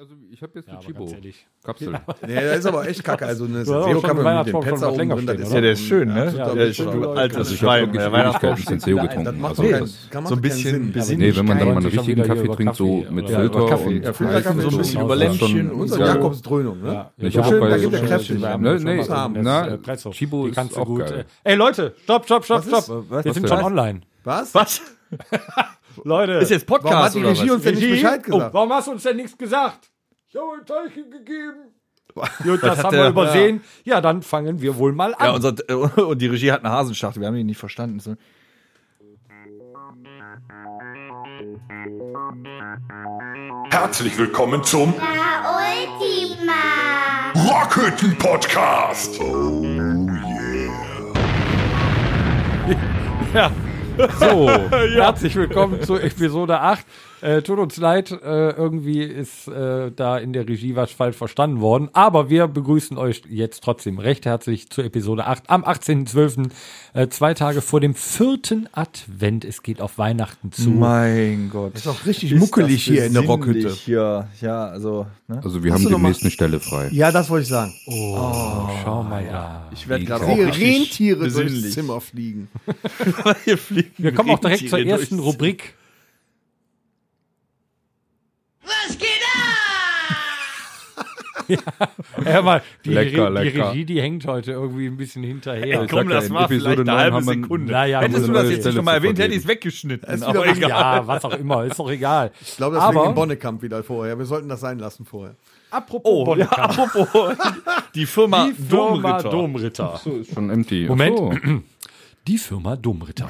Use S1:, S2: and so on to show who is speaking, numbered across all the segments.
S1: Also, ich habe jetzt
S2: Ja,
S1: eine
S2: aber ganz
S1: Chibo.
S2: ehrlich.
S1: Kapsel.
S3: Nee, das ist aber echt kacke. Also eine
S2: Du hast auch schon
S3: Senseo-Kappe mit dem
S2: Weihnachtsbaum schon
S3: Petzer
S2: was
S3: oben
S2: länger
S3: drin, das
S2: stehen,
S3: ist
S2: oder?
S4: Ja, der ist schön, ne?
S3: absoluter
S2: Ja,
S4: der ist
S3: Bullshit.
S4: schon
S2: Bullshit.
S4: altes
S2: Also
S1: Ich habe
S4: Schwein.
S1: wirklich
S4: Der Weihnachtsbaum
S1: Ewigkeiten
S4: steht
S1: Senseo
S4: da.
S1: getrunken.
S3: Das macht
S1: Also
S3: doch keinen,
S1: das-
S3: kann- macht
S4: So
S3: keinen
S4: ein bisschen
S3: Sinn.
S2: Besinnung.
S1: Nee, wenn man dann mal einen
S2: Eigentlich schon
S1: richtigen
S2: wieder
S1: Kaffee
S2: über
S1: trinkt, so
S2: Kaffee
S1: mit
S2: oder-
S1: Filter
S2: oder Kaffee.
S1: und
S3: Ja, Filterkaffee
S1: Eis
S3: so ein
S1: und
S3: bisschen
S1: das
S3: über
S1: ist schon-
S4: Lämpchen
S3: Und so
S1: Ja.
S3: ein Jakobsdröhnung, ne?
S2: Ja,
S1: Ich
S2: ja,
S1: hab auch
S2: da-
S1: bei-
S2: da
S1: so
S2: gibt der
S1: schon-
S2: Kräftig.
S3: ne,
S2: Wir haben
S1: ne,
S2: schon was
S1: na,
S2: im
S1: na,
S2: Netz, äh, Kreislauf.
S1: Chibo
S2: Die
S1: ist
S2: kannst du
S1: auch
S2: gut,
S1: geil.
S2: äh, Ey, Leute, stopp, stopp, stopp,
S3: Was ist?
S2: stopp.
S4: Was
S2: Wir sind
S4: denn?
S2: schon online.
S3: Was?
S4: Was?
S2: Leute.
S4: Ist jetzt
S3: Warum hat
S4: Podcast
S3: die
S4: oder
S3: Regie
S4: was?
S3: uns denn nicht
S2: Regie?
S3: Bescheid
S2: Oh,
S3: gesagt?
S2: warum hast du uns denn nichts gesagt? Ich habe ein Teilchen gegeben. Gut, das
S4: hat
S2: haben
S4: der-
S2: wir übersehen. Ja. dann fangen wir wohl mal an.
S4: Ja, unser, und die Regie hat eine Hasenschachtel. Wir haben ihn nicht verstanden. So.
S5: Herzlich willkommen zum
S6: La última.
S5: Rockhütten Podcast. Oh
S2: so, Oh, herzlich willkommen zu Episode 8. Äh, tut uns leid, äh, irgendwie ist äh, da in der Regie was falsch verstanden worden. Aber wir begrüßen euch jetzt trotzdem recht herzlich zu Episode 8 am 18.12., äh, zwei Tage vor dem vierten Advent. Es geht auf Weihnachten zu.
S4: Mein Gott.
S3: Ist doch richtig muckelig hier in der
S4: besinnlich
S3: Rockhütte.
S4: Hier. Ja, also. Ne?
S1: Also wir
S3: Hast
S1: haben
S3: du noch mal-
S1: demnächst eine Stelle frei.
S3: Ja, das wollte ich sagen.
S2: Schau mal da.
S4: Ich werde
S1: gerade
S3: Die
S1: auch
S3: Rentiere durchs
S4: Oh, besinnlich.
S3: Zimmer fliegen.
S4: Wir, fliegen
S2: Wir kommen auch direkt zur
S4: Rentiere
S2: ersten
S4: durchs-
S2: Rubrik.
S6: Was geht ab?
S2: Ja, mal, die,
S1: Lecker,
S2: Re die
S1: lecker.
S2: Regie, die hängt heute irgendwie ein bisschen hinterher.
S4: Komm,
S1: Ich sag
S4: das
S1: ja, in
S4: war vielleicht eine
S1: neun
S4: halbe
S1: haben wir-
S4: Sekunde.
S2: Naja,
S4: Hättest du
S2: gut.
S4: das
S1: neue
S4: jetzt
S1: Stelle
S4: nicht nochmal
S1: zu
S4: erwähnt, hätte
S1: vergeben.
S4: ich es weggeschnitten.
S3: wieder
S4: Aber
S3: was-
S4: egal.
S2: ja, was auch immer, ist doch egal.
S3: Ich glaube, das
S2: Aber
S3: wegen Bonnekamp wieder vorher. Wir sollten das sein lassen vorher.
S2: apropos
S4: Oh, ja, apropos. Die Firma,
S2: die Firma
S4: Domritter.
S2: Domritter.
S1: Ist schon empty. Ach
S2: Moment.
S1: so.
S2: Die Firma Domritter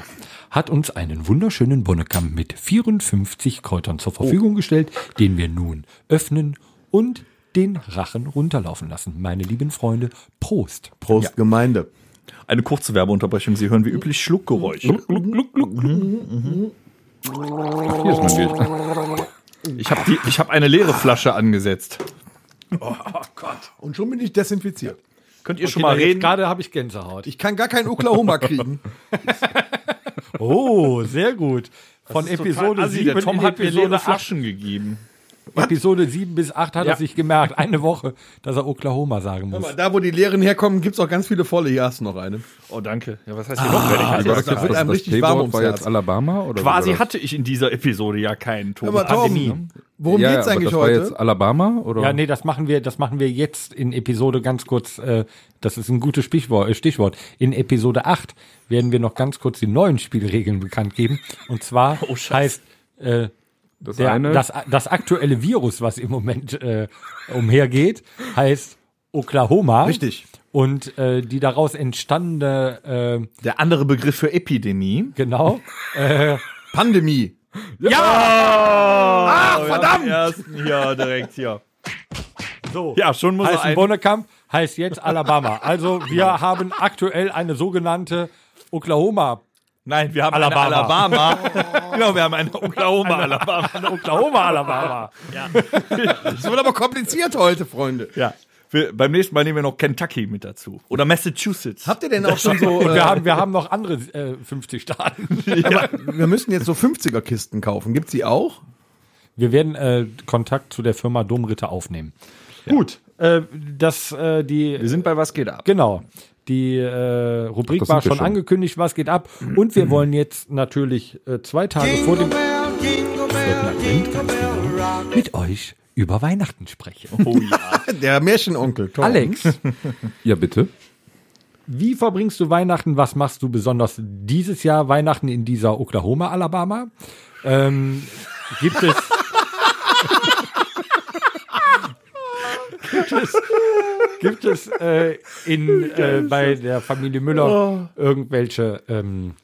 S2: hat uns einen wunderschönen Bonnekamp mit 54 Kräutern zur Verfügung gestellt, den wir nun öffnen und den Rachen runterlaufen lassen. Meine lieben Freunde, Prost.
S3: Prost, Gemeinde.
S4: Eine kurze Werbeunterbrechung. Sie hören wie üblich Schluckgeräusche.
S1: Ach, hier ist mein
S3: Oh,
S1: Bild.
S4: Ich habe die- ich hab eine leere Flasche angesetzt.
S3: Oh Und schon bin ich desinfiziert.
S4: Könnt ihr schon
S2: Kinder,
S4: mal
S2: jetzt
S4: reden?
S2: Gerade habe ich Gänsehaut.
S3: Ich kann gar keinen Oklahoma kriegen.
S2: Oh, sehr gut. Von Episode
S4: Assi,
S2: 7
S4: der Tom
S2: in
S4: hat mir leere
S2: Episode 8
S4: Flaschen gegeben.
S2: Episode 7 bis 8 hat
S4: Ja.
S2: er sich gemerkt, eine Woche, dass er Oklahoma sagen muss.
S3: Da, wo die Leeren herkommen, gibt es auch ganz viele volle. Hier hast du noch eine.
S4: Oh, danke. Ja, was heißt hier noch? Wenn ich
S1: Also,
S3: das wird einem richtig warm
S1: Playboard
S3: ums
S1: war jetzt
S3: Herz.
S1: Alabama? Oder
S4: Quasi
S1: oder
S4: hatte ich in dieser Episode ja keinen Ton.
S3: Aber
S4: Hatte nie.
S3: Torben, worum
S1: ja,
S3: geht's
S1: aber
S3: eigentlich
S1: das
S3: heute?
S1: War jetzt Alabama? Oder?
S2: Ja, ne. nee, das machen wir, das machen wir jetzt in Episode ganz kurz, äh, das ist ein gutes Stichwort, äh, Stichwort. In Episode 8 werden wir noch ganz kurz die neuen Spielregeln bekannt geben. Und zwar heißt äh,
S1: das
S2: der,
S1: eine.
S2: das, das aktuelle Virus, was im Moment äh, umhergeht, heißt Oklahoma.
S3: Richtig.
S2: Und äh, die daraus entstandene, äh,
S4: Der andere Begriff für Epidemie.
S2: genau,
S3: Pandemie.
S4: Oh, Ja! Ach,
S3: verdammt!
S4: Ersten hier direkt hier.
S2: so.
S4: Ja, schon muss
S2: heißt
S4: er ein-
S2: ein Bonnekamp, heißt jetzt Alabama. Also wir haben aktuell eine sogenannte Oklahoma.
S4: Nein, wir haben eine
S2: Alabama.
S4: Alabama. genau, wir haben eine Oklahoma Alabama.
S2: Eine Oklahoma Alabama.
S3: Es wird aber kompliziert heute, Freunde.
S4: Ja. Wir, beim nächsten Mal nehmen wir noch Kentucky mit dazu. Oder Massachusetts.
S3: Habt ihr denn auch schon so.
S2: Und
S3: äh,
S2: wir haben, wir haben noch andere äh, 50 Staaten.
S3: wir müssen jetzt so 50er-Kisten kaufen. Gibt's die auch?
S2: Wir werden äh, Kontakt zu der Firma Domritter aufnehmen. Gut, äh, das, äh, die
S4: wir sind bei Was geht ab?
S2: Genau. Die äh, Rubrik
S1: Ach, das
S2: war
S1: sind wir
S2: schon,
S1: schon.
S2: angekündigt, was geht ab. Und wir wollen jetzt natürlich äh, zwei Tage vor dem mit euch über Weihnachten sprechen.
S4: Oh ja.
S3: Der Märchenonkel. Tom.
S2: Alex,
S1: ja, bitte.
S2: wie verbringst du Weihnachten? Was machst du besonders dieses Jahr Weihnachten in dieser Oklahoma, Alabama? Ähm, gibt es gibt es, gibt es äh, in, äh, bei der Familie
S4: Oh.
S2: Müller irgendwelche ähm,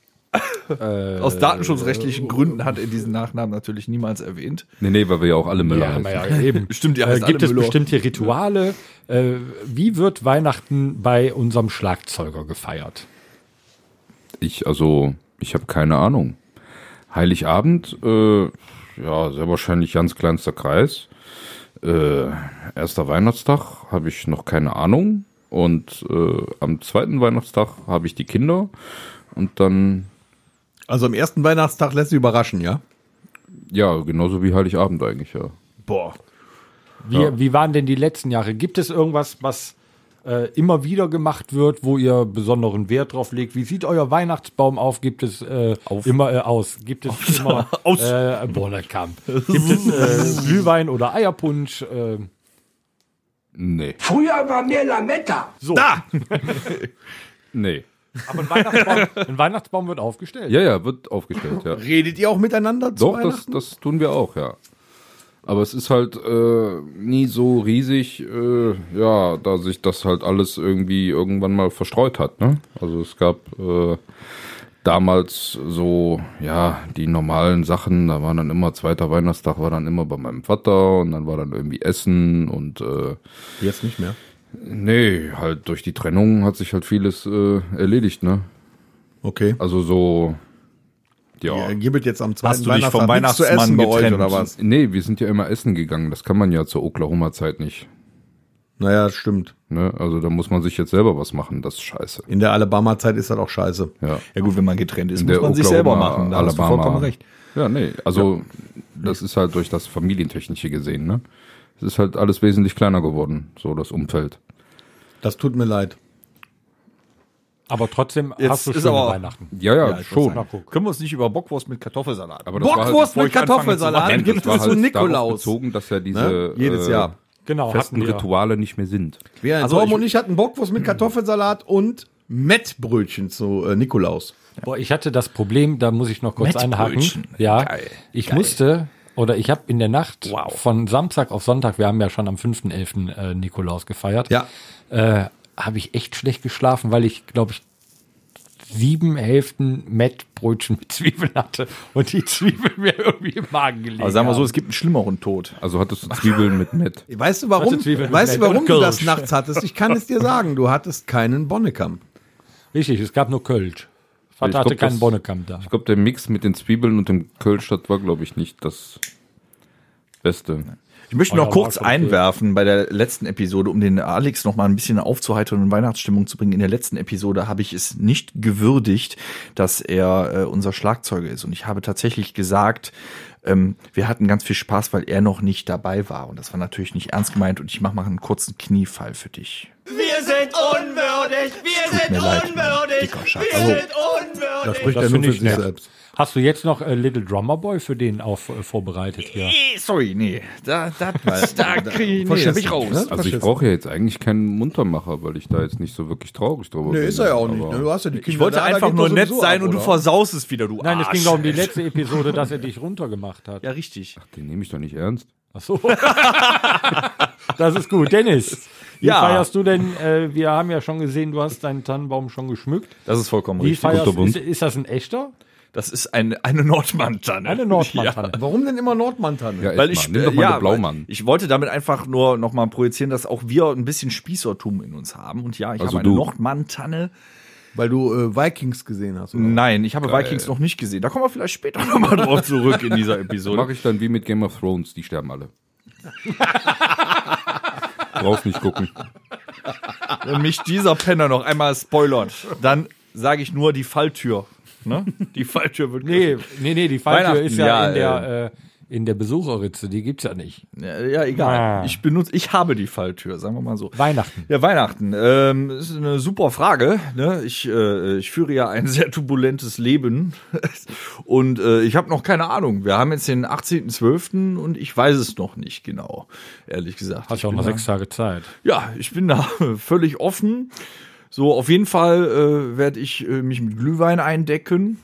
S3: Äh,
S4: Aus datenschutzrechtlichen Gründen hat er diesen Nachnamen natürlich niemals erwähnt.
S1: Nee, nee, weil wir ja auch alle Müller heißen.
S2: ja, eben.
S4: Stimmt, ihr
S2: Äh,
S4: heißt
S2: gibt
S4: alle
S2: es
S4: Müller.
S2: bestimmte Rituale? Äh, wie wird Weihnachten bei unserem Schlagzeuger gefeiert?
S1: Ich, also, ich habe keine Ahnung. Heiligabend, äh, ja, sehr wahrscheinlich ganz kleinster Kreis. Äh, erster Weihnachtstag habe ich noch keine Ahnung. Und äh, am zweiten Weihnachtstag habe ich die Kinder. Und dann,
S3: Also am ersten Weihnachtstag lässt sich überraschen, ja?
S1: ja, genauso wie Heiligabend eigentlich, ja.
S4: Boah.
S2: Wie,
S1: Ja.
S2: wie waren denn die letzten Jahre? Gibt es irgendwas, was äh, immer wieder gemacht wird, wo ihr besonderen Wert drauf legt? Wie sieht euer Weihnachtsbaum auf? Gibt es äh, immer äh, aus? Gibt es immer
S4: Aus.
S2: Äh, boah, das kam. Gibt es äh, Glühwein oder Eierpunsch? Äh,
S1: Nee.
S7: Früher war mehr Lametta.
S2: so.
S1: Nee.
S2: Aber ein Weihnachtsbaum, ein Weihnachtsbaum wird aufgestellt.
S1: Ja, ja, wird aufgestellt, ja.
S3: Redet ihr auch miteinander zu
S1: Doch, das,
S3: Weihnachten?
S1: das tun wir auch, ja. Aber es ist halt äh, nie so riesig, äh, ja, da sich das halt alles irgendwie irgendwann mal verstreut hat. Ne? Also es gab äh, damals so, ja, die normalen Sachen, da waren dann immer, zweiter Weihnachtstag war dann immer bei meinem Vater und dann war dann irgendwie Essen und äh,
S3: Jetzt nicht mehr.
S1: nee, halt durch die Trennung hat sich halt vieles äh, erledigt, ne?
S3: Okay.
S1: Also so, ja. Also,
S3: Ihr gibbelt jetzt am zweiten
S4: Hast du dich vom
S3: nichts zu
S4: Weihnachtsmann
S3: essen bei euch
S4: getrennt?
S3: oder was?
S1: Nee, wir sind ja immer essen gegangen. Das kann man ja zur Oklahoma-Zeit nicht.
S3: Naja, stimmt.
S1: Ne? Also da muss man sich jetzt selber was machen. Das ist scheiße.
S3: In der Alabama-Zeit ist das auch scheiße.
S1: Ja.
S4: Ja gut, wenn man getrennt ist,
S1: In
S4: muss
S1: der
S4: man sich selber machen. Da hast du
S1: Alabama-
S4: vollkommen recht.
S1: Ja, nee. Also das ist halt durch das Familientechnische gesehen. Ne? Es ist halt alles wesentlich kleiner geworden. So das Umfeld.
S3: Das tut mir leid.
S2: Aber trotzdem
S4: Jetzt
S2: hast du
S4: ist
S2: schöne
S4: aber-
S2: Weihnachten.
S1: Ja, ja,
S4: ich
S1: schon.
S2: Na, guck.
S4: Können wir uns nicht über Bockwurst mit Kartoffelsalat?
S1: Aber das war halt-
S3: Bockwurst
S4: bevor
S3: mit
S4: ich anfange zu
S3: Kartoffelsalat
S1: das
S4: machen,
S3: gibt
S1: war
S3: es zu
S1: halt darauf
S3: Nikolaus.
S1: bezogen, dass ja diese
S3: Ne? Jedes
S1: äh,
S3: Jahr.
S2: Genau,
S1: festen
S2: hatten wir.
S1: Rituale nicht mehr sind.
S3: Wir
S4: Also
S3: also Torben
S4: ich-
S3: und ich hatten Bockwurst mit Kartoffelsalat und Mettbrötchen zu äh, Nikolaus.
S2: Boah, ich hatte das Problem, da muss ich noch kurz
S4: Mettbrötchen.
S2: einhaken. Ja,
S4: Geil,
S2: ich musste oder ich habe in der Nacht
S4: Wow.
S2: von Samstag auf Sonntag, wir haben ja schon am 5.11. äh, Nikolaus gefeiert,
S3: Ja.
S2: äh, habe ich echt schlecht geschlafen, weil ich, glaube ich, sieben Hälften Mettbrötchen mit Zwiebeln hatte und die Zwiebeln mir irgendwie im Magen gelegen
S4: Also sagen wir so,
S2: haben.
S4: es gibt einen schlimmeren Tod.
S1: Also hattest du Zwiebeln mit Met.
S3: Weißt du warum?
S2: Also Zwiebeln
S3: weißt du
S2: mit
S3: warum
S2: und
S3: du das
S2: Kirsch.
S3: nachts hattest? Ich kann es dir sagen, du hattest keinen Bonnekamp.
S2: Richtig, es gab nur Kölsch. Vater
S1: Ich
S2: hatte
S1: glaub,
S2: keinen
S1: das-
S2: Bonnekamp da.
S1: Ich glaube, der Mix mit den Zwiebeln und dem Kölschstadt war, glaube ich, nicht das Beste.
S4: Ich möchte
S2: Euer
S4: noch kurz
S2: Markt, okay.
S4: einwerfen bei der letzten Episode, um den Alex noch mal ein bisschen aufzuheitern und in Weihnachtsstimmung zu bringen. In der letzten Episode habe ich es nicht gewürdigt, dass er äh, unser Schlagzeuger ist. Und ich habe tatsächlich gesagt, ähm, wir hatten ganz viel Spaß, weil er noch nicht dabei war. Und das war natürlich nicht ernst gemeint. Und ich mache mal einen kurzen Kniefall für dich.
S8: Wir sind unwürdig, wir sind
S4: mir leid,
S8: unwürdig,
S4: dicker Schatz.
S8: wir
S4: Also,
S8: sind unwürdig.
S3: spricht
S2: Das
S3: er nur
S2: finde
S3: für
S2: ich
S3: sich
S2: nett.
S3: selbst.
S2: Hast du jetzt noch äh, Little Drummer Boy für den auch äh, vorbereitet hier?
S4: Eh, Sorry, nee. Da, da, da kriege ich, nee, da
S3: Verschissen,
S4: bin ich raus.
S3: ne?
S1: Also ich
S3: Faschisten.
S1: brauche ja jetzt eigentlich keinen Muntermacher, weil ich da jetzt nicht so wirklich traurig drüber bin.
S3: Nee, ist er ja auch nicht.
S1: Aber
S3: Ne? Du hast ja die Kinder
S4: Ich wollte
S3: da, da
S4: einfach
S3: geht
S4: nur
S3: doch
S4: nett
S3: sowieso
S4: sein
S3: ab,
S4: und du
S3: oder?
S4: versaust es wieder, du
S2: Nein, es ging
S4: Arsch.
S2: doch um die letzte Episode, dass er dich runtergemacht hat.
S4: Ja, richtig.
S1: Den nehme ich doch nicht ernst.
S2: Ach so. das ist gut. Dennis, wie
S4: Ja.
S2: feierst du denn? Äh, wir haben ja schon gesehen, du hast deinen Tannenbaum schon geschmückt.
S4: Oh, Das ist vollkommen
S2: Wie feierst du?
S1: Unterbund.
S2: Ist, ist das ein echter?
S4: Das ist eine, eine Nordmann-Tanne.
S2: Eine Nordmann-Tanne.
S3: Warum denn immer Nordmantanne?
S1: Ja,
S4: Weil
S1: echt
S4: ich,
S1: mal. nimm doch mal
S4: ja,
S1: den Blaumann.
S4: weil ich wollte damit einfach nur nochmal projizieren, dass auch wir ein bisschen Spießertum in uns haben. Und ja, ich
S1: Also
S4: habe eine
S1: du.
S4: Nordmann-Tanne.
S3: Weil du äh, Vikings gesehen hast. Oder?
S4: Nein, ich habe Vikings noch nicht gesehen. Da kommen wir vielleicht später nochmal drauf zurück in dieser Episode.
S1: Mache ich dann wie mit Game of Thrones, die sterben alle. Brauchst nicht gucken.
S4: Wenn mich dieser Penner noch einmal spoilert, dann sage ich nur die Falltür. Ne? Die Falltür wird
S2: Nee, nee, nee, die Falltür
S4: Weihnachten,
S2: ist ja,
S4: ja,
S2: in, der, äh, in der Besucherritze. Die gibt's ja nicht.
S4: Ja, ja, egal.
S2: Ah.
S4: Ich benutze, ich habe die Falltür, sagen wir mal so.
S2: Weihnachten.
S4: Ja, Weihnachten. Ähm, ist eine super Frage. Ne? Ich, äh, ich führe ja ein sehr turbulentes Leben und äh, ich habe noch keine Ahnung. Wir haben jetzt den 18.12. und ich weiß es noch nicht genau, ehrlich gesagt.
S2: Hast ja auch
S4: bin
S2: noch
S4: da-
S2: sechs Tage Zeit.
S4: ja, ich bin da völlig offen. So, auf jeden Fall äh, werde ich äh, mich mit Glühwein eindecken.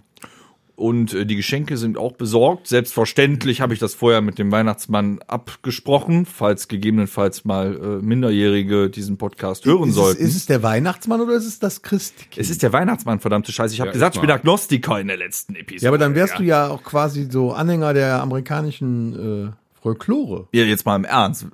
S4: Und äh, die Geschenke sind auch besorgt. Selbstverständlich habe ich das vorher mit dem Weihnachtsmann abgesprochen, falls gegebenenfalls mal äh, Minderjährige diesen Podcast
S3: Ist
S4: hören
S3: es,
S4: sollten.
S3: ist es der Weihnachtsmann oder ist es das Christkind?
S4: Es ist der Weihnachtsmann, verdammte Scheiße. Ich habe
S1: Ja,
S4: gesagt, ich
S1: ist
S4: bin
S1: mal.
S4: Agnostiker in der letzten Episode.
S3: ja, aber dann wärst du ja auch quasi so Anhänger der amerikanischen äh, Folklore.
S4: Ja, jetzt mal im Ernst.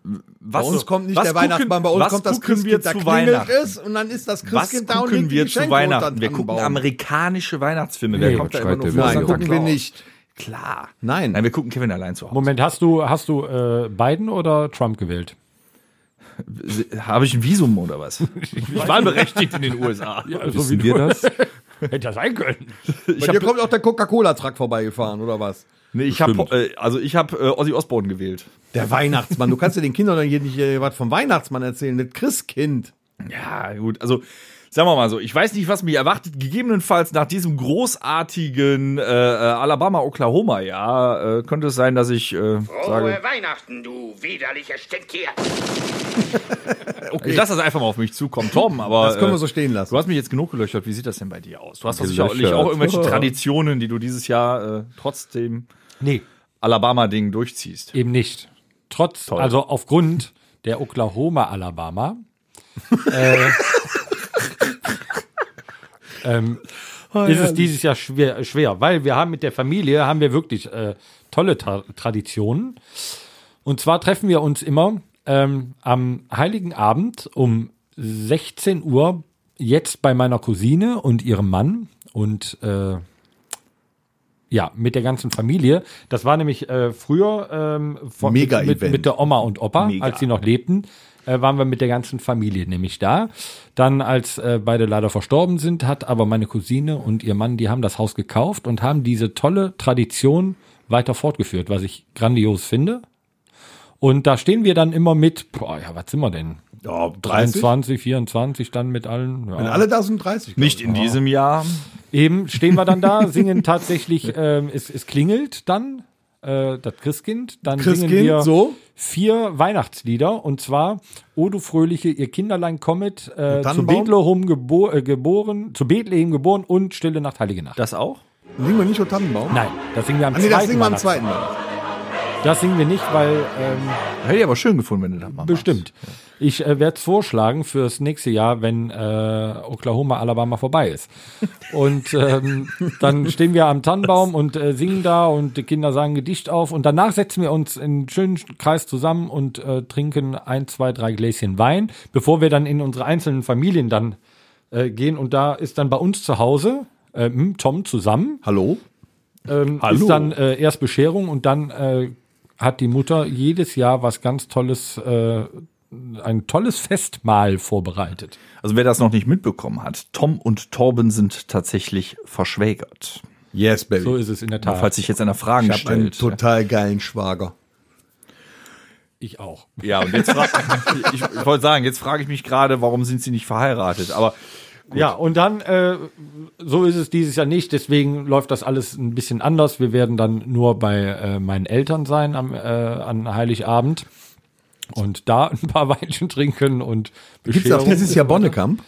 S3: Bei
S4: Was,
S3: uns kommt nicht
S4: was
S3: der Weihnachtsmann, bei uns
S4: was
S3: kommt das
S4: gucken
S3: Christkind,
S4: wir
S3: da
S4: zu
S3: klingelt
S4: Weihnachten.
S3: es und dann ist das
S4: Was
S3: Christkind da und
S4: gucken
S3: legt die
S4: wir zu
S3: Geschenke unter
S4: Weihnachten?
S3: den
S4: Wir gucken
S3: Tannenbaum.
S4: amerikanische Weihnachtsfilme. Wer
S2: Nee,
S4: kommt da
S1: was
S4: immer nur
S1: schreit
S4: vor?
S1: der
S3: Nein,
S1: Santa
S3: gucken wir nicht.
S4: Klar.
S3: Nein.
S4: Nein, wir gucken Kevin allein zu Hause.
S2: Moment, hast du, hast du äh, Biden oder Trump gewählt?
S4: Habe ich ein Visum oder was? ich war berechtigt in den USA.
S1: Wissen wir das?
S2: Hätte ja sein können.
S3: Bei dir kommt auch der Coca-Cola-Truck vorbeigefahren, oder was?
S4: Nee, ich
S1: Bestimmt.
S4: hab, äh, also ich habe äh, Ozzy Osbourne gewählt.
S3: Der Weihnachtsmann. Du kannst ja den Kindern doch hier nicht äh, was vom Weihnachtsmann erzählen. Das Christkind.
S4: Ja, gut, also sagen wir mal so, ich weiß nicht, was mich erwartet. Gegebenenfalls nach diesem großartigen äh, äh, Alabama-Oklahoma-Jahr äh, könnte es sein, dass ich äh,
S3: Oh,
S4: sage,
S8: Weihnachten, du widerliches Stinktier.
S4: okay. ich lasse das einfach mal auf mich zukommen, Torben, aber
S3: Das können wir
S4: äh,
S3: so stehen
S4: Du
S3: lassen.
S4: hast mich jetzt genug gelöchert. Wie sieht das denn bei dir aus? Du hast doch
S1: Gelöchert.
S4: sicherlich auch irgendwelche Traditionen, die du dieses Jahr äh, trotz dem
S2: Nee,
S4: Alabama-Ding durchziehst.
S2: eben nicht. Trotz, also aufgrund der Oklahoma, Alabama. äh, ähm, ist es dieses Jahr schwer, schwer, weil wir haben mit der Familie haben wir wirklich äh, tolle Tra Traditionen. Und zwar treffen wir uns immer ähm, am Heiligen Abend um 16 Uhr jetzt bei meiner Cousine und ihrem Mann und äh, ja, mit der ganzen Familie. Das war nämlich äh, früher ähm, von, mit,
S3: Mega-Event.
S2: mit, mit der Oma und Opa, als sie noch lebten, äh, waren wir mit der ganzen Familie nämlich da. Dann, als äh, beide leider verstorben sind, hat aber meine Cousine und ihr Mann, die haben das Haus gekauft und haben diese tolle Tradition weiter fortgeführt, was ich grandios finde. Und da stehen wir dann immer mit, boah, ja, was sind wir denn?
S3: Ja, 30.
S2: 23, 24 dann mit allen. Ja.
S3: Wenn alle da sind, 30. glaub
S4: Nicht in diesem Jahr.
S2: Eben stehen wir dann da, singen tatsächlich, ähm, es, es klingelt dann äh, das Christkind, dann
S3: ich.
S2: singen wir
S3: Christkind, so.
S2: vier Weihnachtslieder und zwar O du Fröhliche, ihr Kinderlein kommet, äh, zu
S3: Tannenbaum?
S2: Bethlehem gebo äh, geboren, zu Bethlehem geboren und Stille Nacht, Heilige Nacht.
S4: Das auch?
S3: Singen wir nicht schon Tannenbaum?
S2: Nein, das singen wir am
S3: Ah, nee,
S2: zweiten.
S3: das singen wir am
S2: Weihnachts-
S3: zweiten Mal.
S2: Das singen wir nicht, weil ähm,
S4: Hätte ich aber schön gefunden, wenn du das mal machst.
S2: bestimmt. Ich äh, werde es vorschlagen fürs nächste Jahr, wenn äh, Oklahoma, Alabama vorbei ist. Und ähm, dann stehen wir am Tannenbaum und äh, singen da und die Kinder sagen Gedicht auf und danach setzen wir uns in einen schönen Kreis zusammen und äh, trinken ein, zwei, drei Gläschen Wein, bevor wir dann in unsere einzelnen Familien dann äh, gehen und da ist dann bei uns zu Hause äh, mit Tom zusammen
S3: Hallo?
S2: ähm, ist dann äh, erst Bescherung und dann äh, hat die Mutter jedes Jahr was ganz Tolles, äh, ein tolles Festmahl vorbereitet.
S4: Also wer das noch nicht mitbekommen hat, Tom und Torben sind tatsächlich verschwägert.
S3: Yes, Baby.
S2: So ist es in der Tat.
S4: Falls sich jetzt einer Fragen
S3: ich habe einen
S4: stellt.
S3: total geilen Schwager.
S2: ich auch.
S4: Ja, und jetzt fra- ich, ich wollte sagen, jetzt frage ich mich gerade, warum sind sie nicht verheiratet? Aber
S2: Ja, und dann, äh, so ist es dieses Jahr nicht, deswegen läuft das alles ein bisschen anders. Wir werden dann nur bei äh, meinen Eltern sein am, äh, an Heiligabend und da ein paar Weinchen trinken und
S3: Gibt's das dieses Jahr Bonnekamp?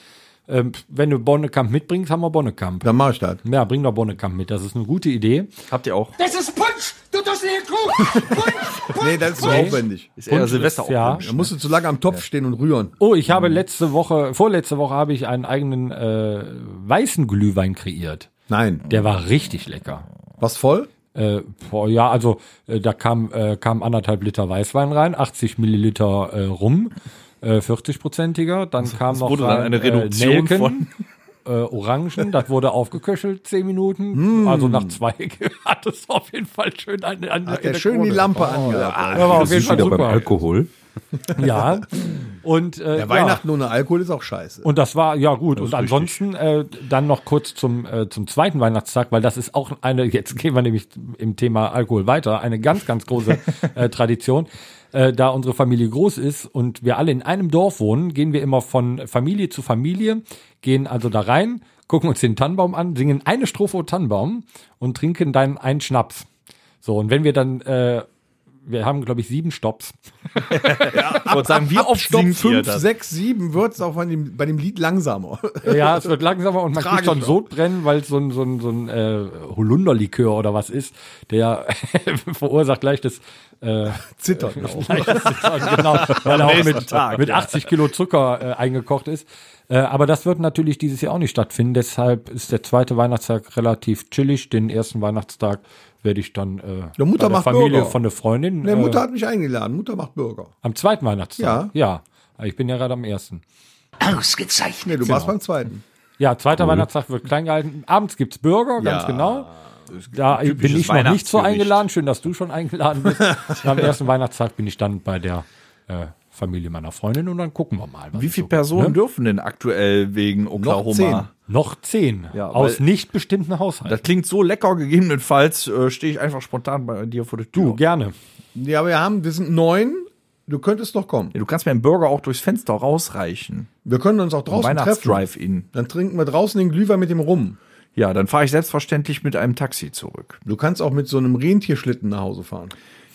S2: Ähm, wenn du Bonnekamp mitbringst, haben wir Bonnekamp.
S3: Dann mach ich das.
S2: Ja, bring doch Bonnekamp mit, das ist eine gute Idee.
S4: habt ihr auch?
S7: Das ist Punsch, du Dusseligkuh. Punsch, Punsch.
S3: Nee, das ist zu
S2: Nee.
S3: aufwendig.
S4: Ist eher
S2: Punsch
S4: Silvester
S2: ist ja-
S4: Punsch,
S3: Da musst du zu lange am Topf stehen und rühren.
S2: Oh, ich habe letzte Woche, vorletzte Woche habe ich einen eigenen äh, weißen Glühwein kreiert.
S3: Nein.
S2: Der war richtig lecker.
S3: Was voll?
S2: Äh, boah, ja, also äh, da kam, äh, kam anderthalb Liter Weißwein rein, 80 Milliliter äh, Rum, äh, 40-prozentiger. Dann kam noch
S4: wurde dann
S2: rein,
S4: eine Reduktion
S2: äh, Nelken,
S4: von-
S2: äh, Orangen. Das wurde aufgeköchelt, 10 Minuten. Also nach zwei hat es auf jeden Fall schön an, an
S3: Hat
S2: in
S3: der
S2: der
S3: schön die
S2: Krone. Oh,
S3: Lampe angeladen.
S2: Ja, war auf
S1: Das
S2: jeden
S1: ist
S2: Fall
S1: wieder beim
S2: super.
S1: Alkohol.
S2: Ja. Und äh,
S3: Der
S2: ja.
S3: Weihnachten ohne Alkohol ist auch scheiße.
S2: Und das war, ja gut, und ansonsten äh, dann noch kurz zum, äh, zum zweiten Weihnachtstag, weil das ist auch eine, jetzt gehen wir nämlich im Thema Alkohol weiter, eine ganz, ganz große äh, Tradition. Äh, da unsere Familie groß ist und wir alle in einem Dorf wohnen, gehen wir immer von Familie zu Familie, gehen also da rein, gucken uns den Tannenbaum an, singen eine Strophe O Tannenbaum und trinken dann einen Schnaps. So, und wenn wir dann, äh, wir haben, glaube ich, sieben Stops.
S4: Ich wollte sagen, wie oft
S3: Stopp,
S4: singt ihr
S3: 5,
S4: das?
S3: 6, 7 wird's auch bei dem, bei dem Lied langsamer.
S2: Ja,
S3: Also
S2: es wird langsamer und man kriegt schon
S3: Tragisch auch.
S2: Sodbrennen, weil es so ein, so ein, so ein äh, Holunderlikör oder was ist, der verursacht gleich das äh,
S3: Zittern. auch.
S2: genau, weil er auch mit,
S4: Tag,
S2: mit 80 Kilo Zucker äh, eingekocht ist. Äh, aber das wird natürlich dieses Jahr auch nicht stattfinden. Deshalb ist der zweite Weihnachtstag relativ chillig. Den ersten Weihnachtstag werde ich dann äh,
S3: Der
S2: bei der
S3: Mutter macht
S2: Familie
S3: Burger.
S2: von der Freundin
S3: Nee, Mutter
S2: äh,
S3: hat mich eingeladen. Mutter macht Burger.
S2: am zweiten Weihnachtstag.
S3: Ja.
S2: Ja. Ich bin ja gerade am ersten.
S3: Nee,
S7: Ausgezeichnet.
S2: Genau.
S3: du warst beim zweiten.
S2: Ja, zweiter Weihnachtstag wird klein gehalten. Abends gibt's Burger, ganz
S3: Ja.
S2: genau. Da bin ich noch nicht so
S4: Weihnachtsgericht.
S2: eingeladen. Schön, dass du schon eingeladen bist. Und am ersten Weihnachtstag bin ich dann bei der äh, Familie meiner Freundin und dann gucken wir mal. was
S4: Wie
S2: es so
S4: viele
S2: gibt,
S4: Personen
S2: ne?
S4: dürfen denn aktuell wegen
S3: zehn.
S4: Oklahoma?
S2: Noch zehn.
S4: Ja,
S2: aus
S4: weil-
S2: nicht bestimmten
S4: Das
S2: Haushalten.
S4: klingt so lecker, gegebenenfalls äh, stehe ich einfach spontan bei dir vor der Tür.
S2: Du, gerne.
S3: Ja, aber wir haben, wir sind neun. Du könntest noch kommen.
S4: Ja, du kannst mir einen Burger auch durchs Fenster rausreichen.
S3: Wir können uns auch draußen treffen.
S4: Weihnachtsdrive-In.
S3: Dann trinken wir draußen den Glühwein mit dem Rum.
S4: Ja, dann fahre ich selbstverständlich mit einem Taxi zurück.
S3: Du kannst auch mit so einem Rentierschlitten nach Hause fahren.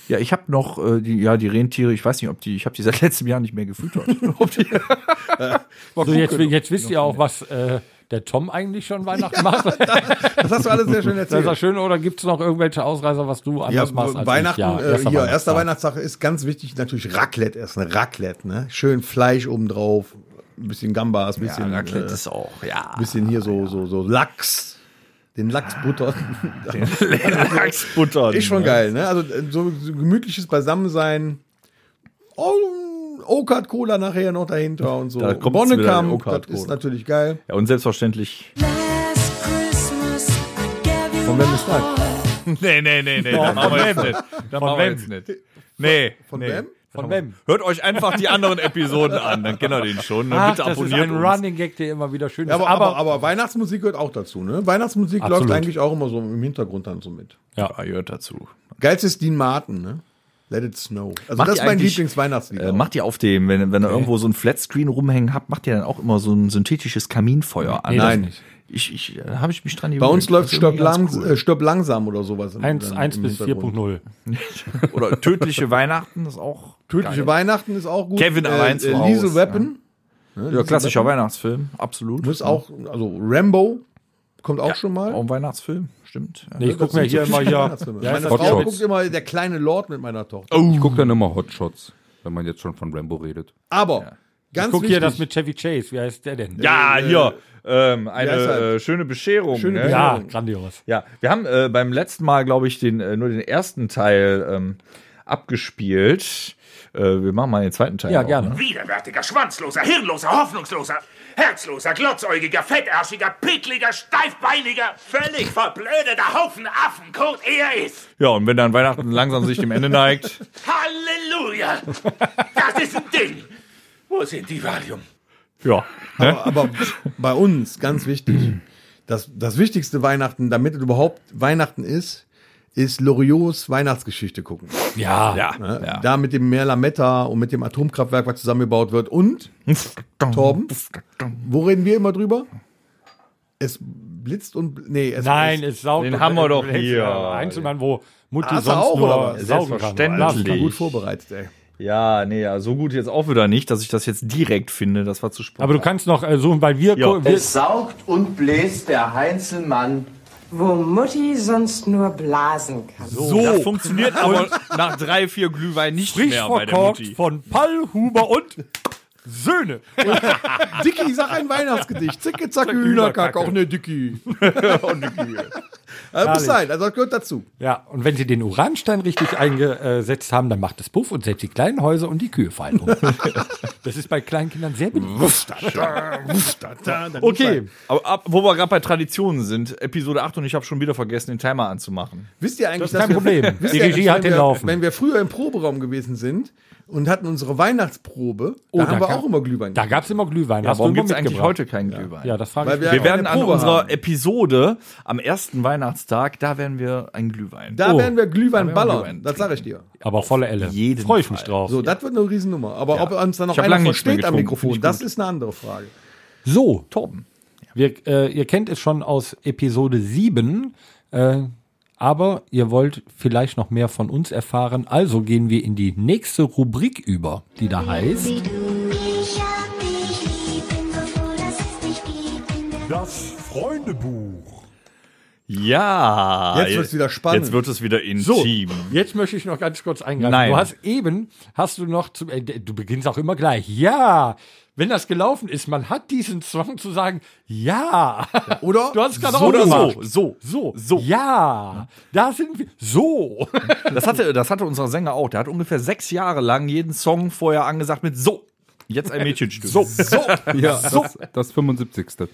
S4: Ja, ich habe noch äh, die, ja, die Rentiere, ich weiß nicht, ob die, ich habe die seit letztem Jahr nicht mehr gefüttert. ob die,
S2: So, jetzt, jetzt wisst ihr auch, was äh, der Tom eigentlich schon Weihnachten macht. das
S3: Das hast du alles sehr schön
S2: ist ja
S3: erzählt.
S2: schön. Oder gibt es noch irgendwelche Ausreißer, was du
S3: Ja,
S2: anders machst? als ich?
S3: Weihnachten,
S2: Ja,
S3: äh, hier,
S2: Weihnachtstag.
S3: erster Weihnachtssache ist ganz wichtig, natürlich Raclette essen, Raclette, ne? Schön Fleisch obendrauf, ein bisschen Gambas, ein bisschen, äh,
S4: auch, ja.
S3: bisschen hier so, so, so Lachs, den Lachsbutter.
S4: Lachsbutter.
S3: ist schon geil, ne? Also äh, so, so gemütliches Beisammensein. Oh, Okat Cola nachher noch dahinter und so.
S4: Da kommt jetzt wieder die
S3: Bonnekamp, das
S4: Okat-Cola.
S3: ist natürlich geil.
S4: Ja, und selbstverständlich.
S3: Von wem ist das?
S4: Nee, nee, nee, nee, das machen wir jetzt nicht. Das machen wir jetzt nicht. Nee.
S3: Von wem?
S2: Von wem?
S4: Hört euch einfach die anderen Episoden an, dann kennt ihr den schon. Dann
S2: Ach,
S4: bitte
S2: das ist
S4: abonniert
S2: ein
S4: uns.
S2: Running Gag, der immer wieder schön ist.
S3: Ja, aber, aber, aber Weihnachtsmusik gehört auch dazu, ne? Weihnachtsmusik
S2: Absolut.
S3: läuft eigentlich auch immer so im Hintergrund dann so mit.
S4: Ja, gehört Ah, dazu.
S3: Geilst ist Dean Martin, ne? Let it snow. Also
S4: Macht
S3: das
S4: ihr
S3: ist mein
S4: eigentlich-
S3: Lieblingsweihnachtslied.
S4: Äh,
S3: auch.
S4: macht ihr auf dem, wenn, wenn ihr irgendwo so ein Flatscreen rumhängen habt, macht ihr dann auch immer so ein synthetisches Kaminfeuer an?
S2: Nee, das
S3: Nein.
S2: nicht.
S4: Ich, ich, äh, habe ich mich dran
S3: Bei uns läuft
S4: Das ist irgendwie
S3: Stirb,
S4: ganz
S3: langs äh, Stirb langsam oder sowas. im-
S2: 1,
S3: im
S2: 1 bis
S3: Hintergrund.
S2: 4.0.
S4: cool. Oder tödliche Weihnachten ist auch. ne?
S3: Tödliche Weihnachten ist auch gut.
S4: Kevin allein zu Hause,
S3: Lethal Weapon. Ne,
S4: Ja,
S3: Lethal
S4: klassischer
S3: Weapon.
S4: Weihnachtsfilm, absolut.
S3: Muss auch, also Rambo kommt auch schon mal. Also
S4: Auch ein Weihnachtsfilm, stimmt. Ja.
S2: Nee, ich guck mir hier immer hier. Ja,
S3: Meine
S2: ist
S3: Frau
S2: das
S1: Hotshots.
S3: guckt immer der kleine Lord mit meiner Tochter.
S4: Oh.
S1: Ich gucke dann immer Hotshots, wenn man jetzt schon von Rambo redet.
S3: Aber ganz
S2: ich guck
S3: wichtig,
S2: hier das mit Chevy Chase. Wie heißt der denn?
S4: Ja, hier. Ähm, eine
S3: Äh, heißt er?
S4: äh, schöne Bescherung.
S3: Schöne
S4: ne?
S3: Bescherung.
S2: ja grandios.
S4: Ja, wir haben äh, beim letzten Mal, glaube ich, den, äh, nur den ersten Teil ähm, abgespielt. Äh, wir machen mal den zweiten Teil.
S2: Ja,
S4: auch,
S2: gerne.
S4: Ne?
S8: Widerwärtiger, schwanzloser, hirnloser, hoffnungsloser, herzloser, glotzäugiger, fettärschiger, pickliger, steifbeiniger, völlig verblödeter Haufen Affen, Kurt, er ist.
S4: Ja, und wenn dann Weihnachten langsam sich dem Ende neigt.
S8: Halleluja! Das ist ein Ding! Wo sind die Valium?
S4: Ja.
S3: aber, aber bei uns ganz wichtig. Das, das wichtigste Weihnachten, damit es überhaupt Weihnachten ist, ist Loriots Weihnachtsgeschichte gucken.
S2: Ja.
S3: Ne? Da mit dem Merlametta und mit dem Atomkraftwerk, was zusammengebaut wird. Und, Torben, wo reden wir immer drüber? Es blitzt und. Nee, es
S2: Nein,
S3: es,
S2: es saugt.
S4: Den haben wir doch
S2: Hältst du
S4: hier.
S2: ja Einzelmann, wo Mutti
S3: Hast du
S2: sonst
S3: auch, oder
S2: nur
S3: was?
S2: saugen kann.
S4: Selbstverständlich.
S2: Lass-
S3: war gut vorbereitet, ey.
S4: Ja, nee, ja, so gut jetzt auch wieder nicht, dass ich das jetzt direkt finde. Das war zu spät.
S2: Aber du kannst noch äh, suchen, weil wir,
S4: Ja.
S2: wir
S9: Es saugt und bläst der Heinzelmann.
S10: Wo Mutti sonst nur blasen kann.
S4: so. Das funktioniert aber nach drei, vier Glühwein nicht
S2: frisch
S4: mehr bei der
S2: verkorkt
S4: Mutti.
S2: von Pall, Huber und Söhne.
S3: Dicky, sag ein Weihnachtsgedicht. Zicke, zacke, Hühnerkack. Auch ne Dicky. also, bis sein, also das gehört dazu.
S2: Ja, und wenn sie den Uranstein richtig eingesetzt haben, dann macht es Puff und selbst die kleinen Häuser und die Kühe fallen um. das ist bei kleinen Kindern sehr beliebt.
S4: Okay, aber ab, wo wir gerade bei Traditionen sind, Episode 8 und ich habe schon wieder vergessen, den Timer anzumachen.
S3: Wisst ihr eigentlich,
S2: Das ist kein
S3: wir-
S2: Problem.
S3: wisst
S2: Die
S3: ihr eigentlich,
S2: Regie hat
S3: wenn
S2: den
S3: wir,
S2: Laufen.
S3: Wenn wir früher im Proberaum gewesen sind und hatten unsere Weihnachtsprobe,
S2: Oh,
S3: da
S2: da
S3: haben wir
S2: gab-
S3: auch immer Glühwein.
S2: Da gab es immer Glühwein.
S4: Ja,
S2: Hast du
S4: warum
S2: immer
S4: gibt es eigentlich
S2: mitgebracht?
S4: heute keinen Glühwein?
S2: Ja, das frage ich
S3: Weil wir
S2: mich.
S4: wir werden an
S3: Probe
S4: unserer
S3: haben.
S4: Episode am ersten Weihnachtstag, da werden wir einen Glühwein.
S3: da
S2: Oh.
S3: werden wir Glühwein
S4: wir
S3: ballern,
S4: Glühwein
S3: das sage ich dir.
S2: Aber volle Elle.
S4: jeden
S2: Freue ich mich
S4: Fall.
S2: drauf.
S3: So, das wird eine Riesennummer. Aber ob uns dann noch
S4: Ich hab
S3: einer
S4: lange nichts mehr
S3: versteht am
S4: getrunken,
S3: Mikrofon,
S4: find ich
S3: das
S4: gut.
S3: ist eine andere Frage.
S2: So,
S4: Torben.
S2: wir, äh, ihr kennt es schon aus Episode 7, äh, aber ihr wollt vielleicht noch mehr von uns erfahren, also gehen wir in die nächste Rubrik über, die da heißt
S6: Ich hab dich lieb, bin so froh, dass es dich gibt. In der
S2: Das Freundebuch.
S4: Ja.
S3: Jetzt wird's wieder spannend.
S4: Jetzt wird es wieder
S2: So,
S4: intim.
S2: jetzt möchte ich noch ganz kurz eingreifen.
S4: Nein.
S2: Du hast eben, hast du noch, zum, äh, du beginnst auch immer gleich, ja, wenn das gelaufen ist, man hat diesen Zwang zu sagen, ja.
S3: Oder
S2: Du hast es gerade
S4: so
S2: auch
S4: oder so,
S2: gemacht.
S4: so,
S2: so,
S4: so.
S2: ja, da sind wir, so.
S4: Das hatte, das hatte unser Sänger auch. Der hat ungefähr sechs Jahre lang jeden Song vorher angesagt mit so. Jetzt ein Mädchenstück. So, so.
S1: Ja, das, das 75.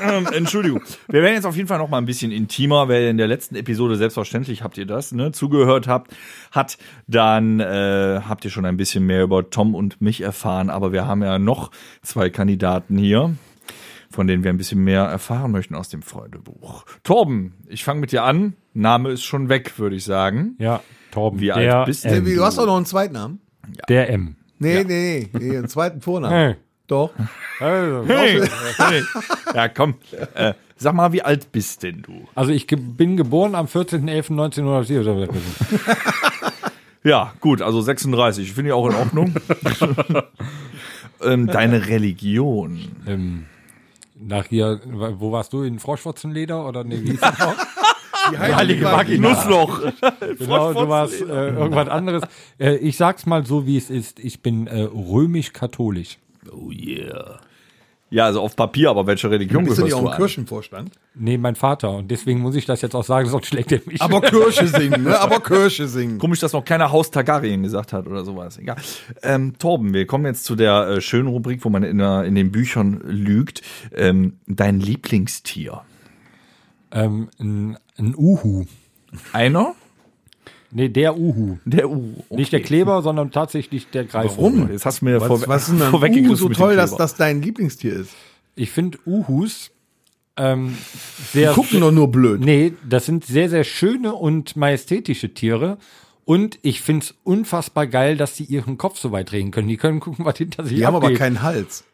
S4: Ähm, Entschuldigung. Wir werden jetzt auf jeden Fall noch mal ein bisschen intimer. Wer in der letzten Episode, selbstverständlich habt ihr das, ne, zugehört habt, hat, dann äh, habt ihr schon ein bisschen mehr über Tom und mich erfahren. Aber wir haben ja noch zwei Kandidaten hier. von denen wir ein bisschen mehr erfahren möchten aus dem Freundebuch. Torben, ich fange mit dir an. Name ist schon weg, würde ich sagen.
S2: Ja, Torben.
S4: Wie
S2: der
S4: alt bist du?
S2: M.
S4: denn?
S3: Du hast auch noch einen Zweitnamen.
S2: Der M.
S3: Nee, nee, nee, nee, einen zweiten Vornamen.
S2: Hey.
S3: Doch.
S2: Also,
S4: Hey. Hey. Ja, komm. Äh, sag mal, wie alt bist denn du?
S2: also ich ge bin geboren am 14.11.1907.
S4: Ja, gut, also 36. Finde ich auch in Ordnung. ähm, deine Religion.
S2: ähm, nach hier, wo warst du? In Froschwurzenleder? Oder nee, wie hieß das noch?
S3: Die heilige
S4: Nussloch.
S2: genau, du warst äh, irgendwas anderes. Äh, ich sag's mal so, wie es ist. Ich bin äh, römisch-katholisch.
S4: Oh, Ja, also auf Papier, aber welche Religion
S3: Bist du nicht
S4: gehörst du
S3: auch im
S4: an?
S3: Kirchenvorstand?
S2: Nee, mein Vater. Und deswegen muss ich das jetzt auch sagen, sonst schlägt er mich.
S3: Aber Kirche singen, ne? Aber Kirche singen.
S4: Komisch, dass noch keiner Haus Targaryen gesagt hat oder sowas. Egal. Ähm, Torben, wir kommen jetzt zu der äh, schönen Rubrik, wo man in, der, in den Büchern lügt. Ähm, dein Lieblingstier.
S2: ähm, ein, ein Uhu.
S4: Einer?
S2: Nee, der Uhu.
S4: Der U.
S2: Nicht der Kleber, sondern tatsächlich der Greifer.
S3: Warum?
S4: Jetzt hast du mir
S3: Was,
S4: vorwe-
S3: was ist denn an
S4: vorweggegriffen
S3: Uhu so
S4: mit dem
S3: toll, dass
S4: Kleber.
S3: das dein Lieblingstier ist?
S2: Ich finde Uhus ähm, sehr.
S3: Die gucken doch nur blöd.
S2: Nee, das sind sehr, sehr schöne und majestätische Tiere. Und ich finde es unfassbar geil, dass sie ihren Kopf so weit drehen können. Die können gucken, was hinter sich
S3: Die haben aber
S2: abgeht.
S3: keinen Hals.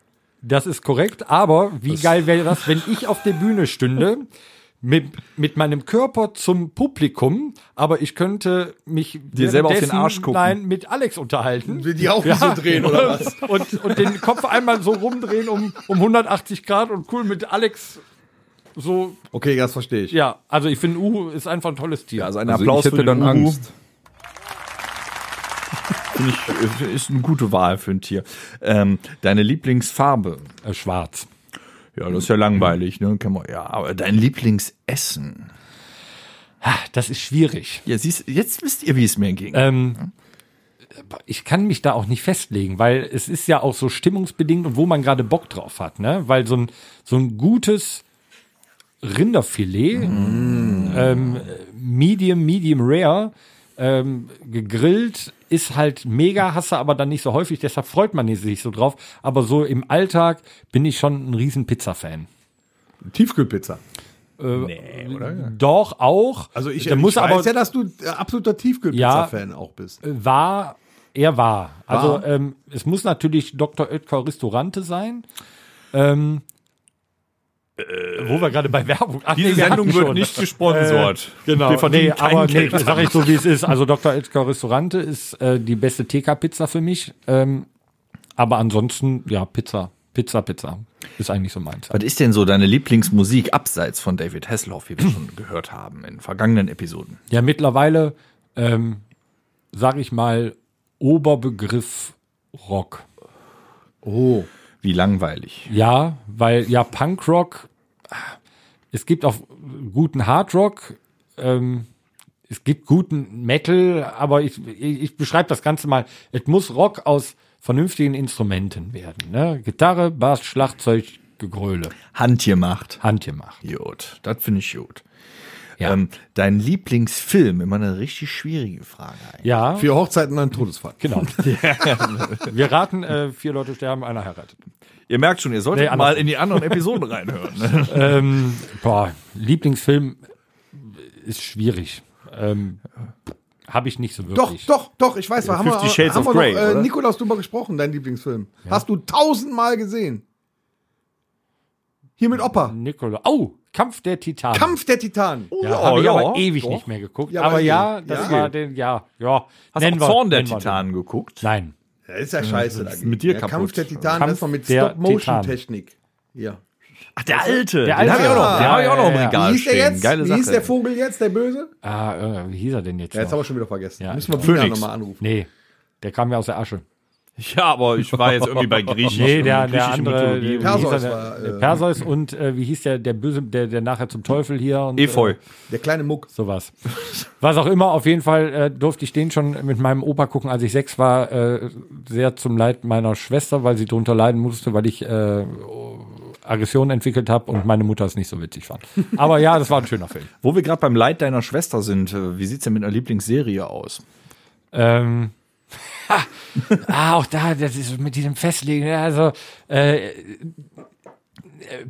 S2: Das ist korrekt, aber wie geil wäre das, wenn ich auf der Bühne stünde, mit, mit meinem Körper zum Publikum, aber ich könnte mich
S4: Dir selber auf den
S2: währenddessen-
S4: Arsch gucken.
S2: Nein, mit Alex unterhalten.
S3: Will die auch nicht so drehen, oder was?
S2: Und, und den Kopf einmal so rumdrehen um, um 180 Grad und cool mit Alex so.
S3: Okay, das verstehe ich.
S2: Ja, also ich finde, Uhu ist einfach ein tolles Tier.
S4: Also ein
S1: Also
S4: Applaus
S1: ich hätte
S4: für den
S1: dann
S4: Uhu.
S1: Angst.
S4: Finde ich, äh, ist eine gute Wahl für ein Tier. Ähm, deine Lieblingsfarbe.
S2: äh, schwarz.
S4: Ja, das ist ja langweilig, ne? Kann man, ja, aber dein Lieblingsessen.
S2: Ah, Das ist schwierig.
S4: Ja, siehst, jetzt wisst ihr, wie es mir ging.
S2: Ähm, ich kann mich da auch nicht festlegen, weil es ist ja auch so stimmungsbedingt und wo man gerade Bock drauf hat, ne? Weil so ein, so ein gutes Rinderfilet,
S3: Mm.
S2: ähm, medium, medium rare, ähm, gegrillt, ist halt mega, hasse aber dann nicht so häufig, deshalb freut man sich so drauf. Aber so im Alltag bin ich schon ein riesen Pizza-Fan. Äh,
S3: Tiefkühlpizza.
S2: Doch, auch.
S3: Also ich,
S2: Da
S3: ich
S2: muss
S3: weiß
S2: aber,
S3: ja, dass du äh, absoluter Tiefkühlpizza-Fan auch bist.
S4: Äh.
S2: war, er war. Also ähm, es muss natürlich Dr. Oetker Restaurante sein. Ähm, äh, wo wir gerade bei Werbung. Ach, nee, wir hatten schon.
S4: gesponsert.
S2: Genau,
S4: Wir verdienen
S2: nee,
S4: kein
S2: aber nee,
S4: Geld.
S2: sag ich so, wie es ist. Also Dr. Oetker Restaurante ist äh, die beste TK-Pizza für mich. Ähm, aber ansonsten, ja, Pizza, Pizza, Pizza. Ist eigentlich so meins.
S4: Was ist denn so deine Lieblingsmusik abseits von David Hasselhoff, wie wir schon gehört haben in vergangenen Episoden?
S2: Ja, mittlerweile, ähm, sag ich mal, Oberbegriff Rock.
S3: Oh.
S4: Wie langweilig.
S2: Ja, weil ja Punkrock, es gibt auch guten Hardrock, ähm, es gibt guten Metal, aber ich, ich, ich beschreibe das Ganze mal. Es muss Rock aus vernünftigen Instrumenten werden. Ne? Gitarre, Bass, Schlagzeug, Gegröle,
S4: Handgemacht.
S2: Handgemacht.
S4: Gut, das finde ich gut.
S2: Ja.
S4: Ähm, dein Lieblingsfilm, immer eine richtig schwierige Frage eigentlich.
S2: Ja,
S3: Vier Hochzeiten und ein Todesfall.
S2: genau. Wir raten, äh, vier Leute sterben, einer heiratet.
S4: Ihr merkt schon, ihr solltet
S2: Nee, andersrum.
S4: mal in die anderen Episoden reinhören. ne?
S2: Ähm, boah, Lieblingsfilm ist schwierig. Ähm, Habe ich nicht so
S3: Doch,
S2: wirklich.
S3: doch, doch, ich weiß, wir haben wir,
S4: 50 Shades
S3: haben
S4: of
S3: wir
S4: Grey,
S3: noch äh,
S4: oder?
S3: Nikolaus drüber gesprochen, dein Lieblingsfilm. Hast du tausendmal gesehen. Hier mit Opa.
S2: Nikola. Oh, Kampf der Titanen.
S3: Kampf der Titanen.
S2: Ja, habe ich
S4: ja,
S2: aber ewig
S4: doch.
S2: nicht mehr geguckt.
S3: Ja,
S2: aber
S3: aber
S2: ja,
S3: eben.
S2: das
S3: Ja.
S2: war den, ja, ja.
S4: Hast du auch Zorn der
S2: nennen wir den.
S4: Titanen geguckt?
S2: Nein.
S3: Ja, ist ja scheiße. dagegen.
S4: mit dir
S3: der
S4: kaputt.
S3: Kampf der Titanen,
S2: Kampf
S3: das war mit
S2: der
S3: Stop-Motion-Technik. Ja.
S4: Ach, der alte.
S2: Der
S4: Den
S2: alte.
S4: hab ich auch noch, den
S2: Ja,
S4: hab ich auch noch im
S2: ja, ja.
S4: Regal
S3: Wie hieß der
S4: stehen.
S3: jetzt?
S4: Geile
S3: Wie
S4: Sache.
S3: hieß der Vogel jetzt, der Böse?
S2: Ah, äh, wie hieß er denn jetzt?
S3: Ja, jetzt
S2: noch?
S3: haben wir schon wieder vergessen.
S2: Ja,
S3: Müssen wir
S2: ich
S3: Bina
S4: Phoenix.
S3: nochmal anrufen.
S2: nee, der kam ja aus der Asche.
S4: ja, aber ich war jetzt irgendwie bei Griechisch.
S2: Nee, der, der
S4: und griechische
S2: andere. wie
S4: Mythologie.
S2: hieß
S3: Perseus
S2: er denn?
S3: war, äh,
S2: Der Perseus und äh, wie hieß der, der böse, der, der nachher zum Teufel hier und.
S4: Efeu.
S3: Der kleine Muck.
S2: Sowas. Was auch immer, auf jeden Fall äh, durfte ich den schon mit meinem Opa gucken, als ich sechs war, äh, sehr zum Leid meiner Schwester, weil sie drunter leiden musste, weil ich äh, Aggression entwickelt habe und meine Mutter es nicht so witzig fand. Aber ja, das war ein schöner Film.
S4: Wo wir gerade beim Leid deiner Schwester sind, äh, wie sieht's denn mit einer Lieblingsserie aus?
S2: Ähm, ha, ah, auch da, das ist mit diesem Festlegen, ja, also äh, äh,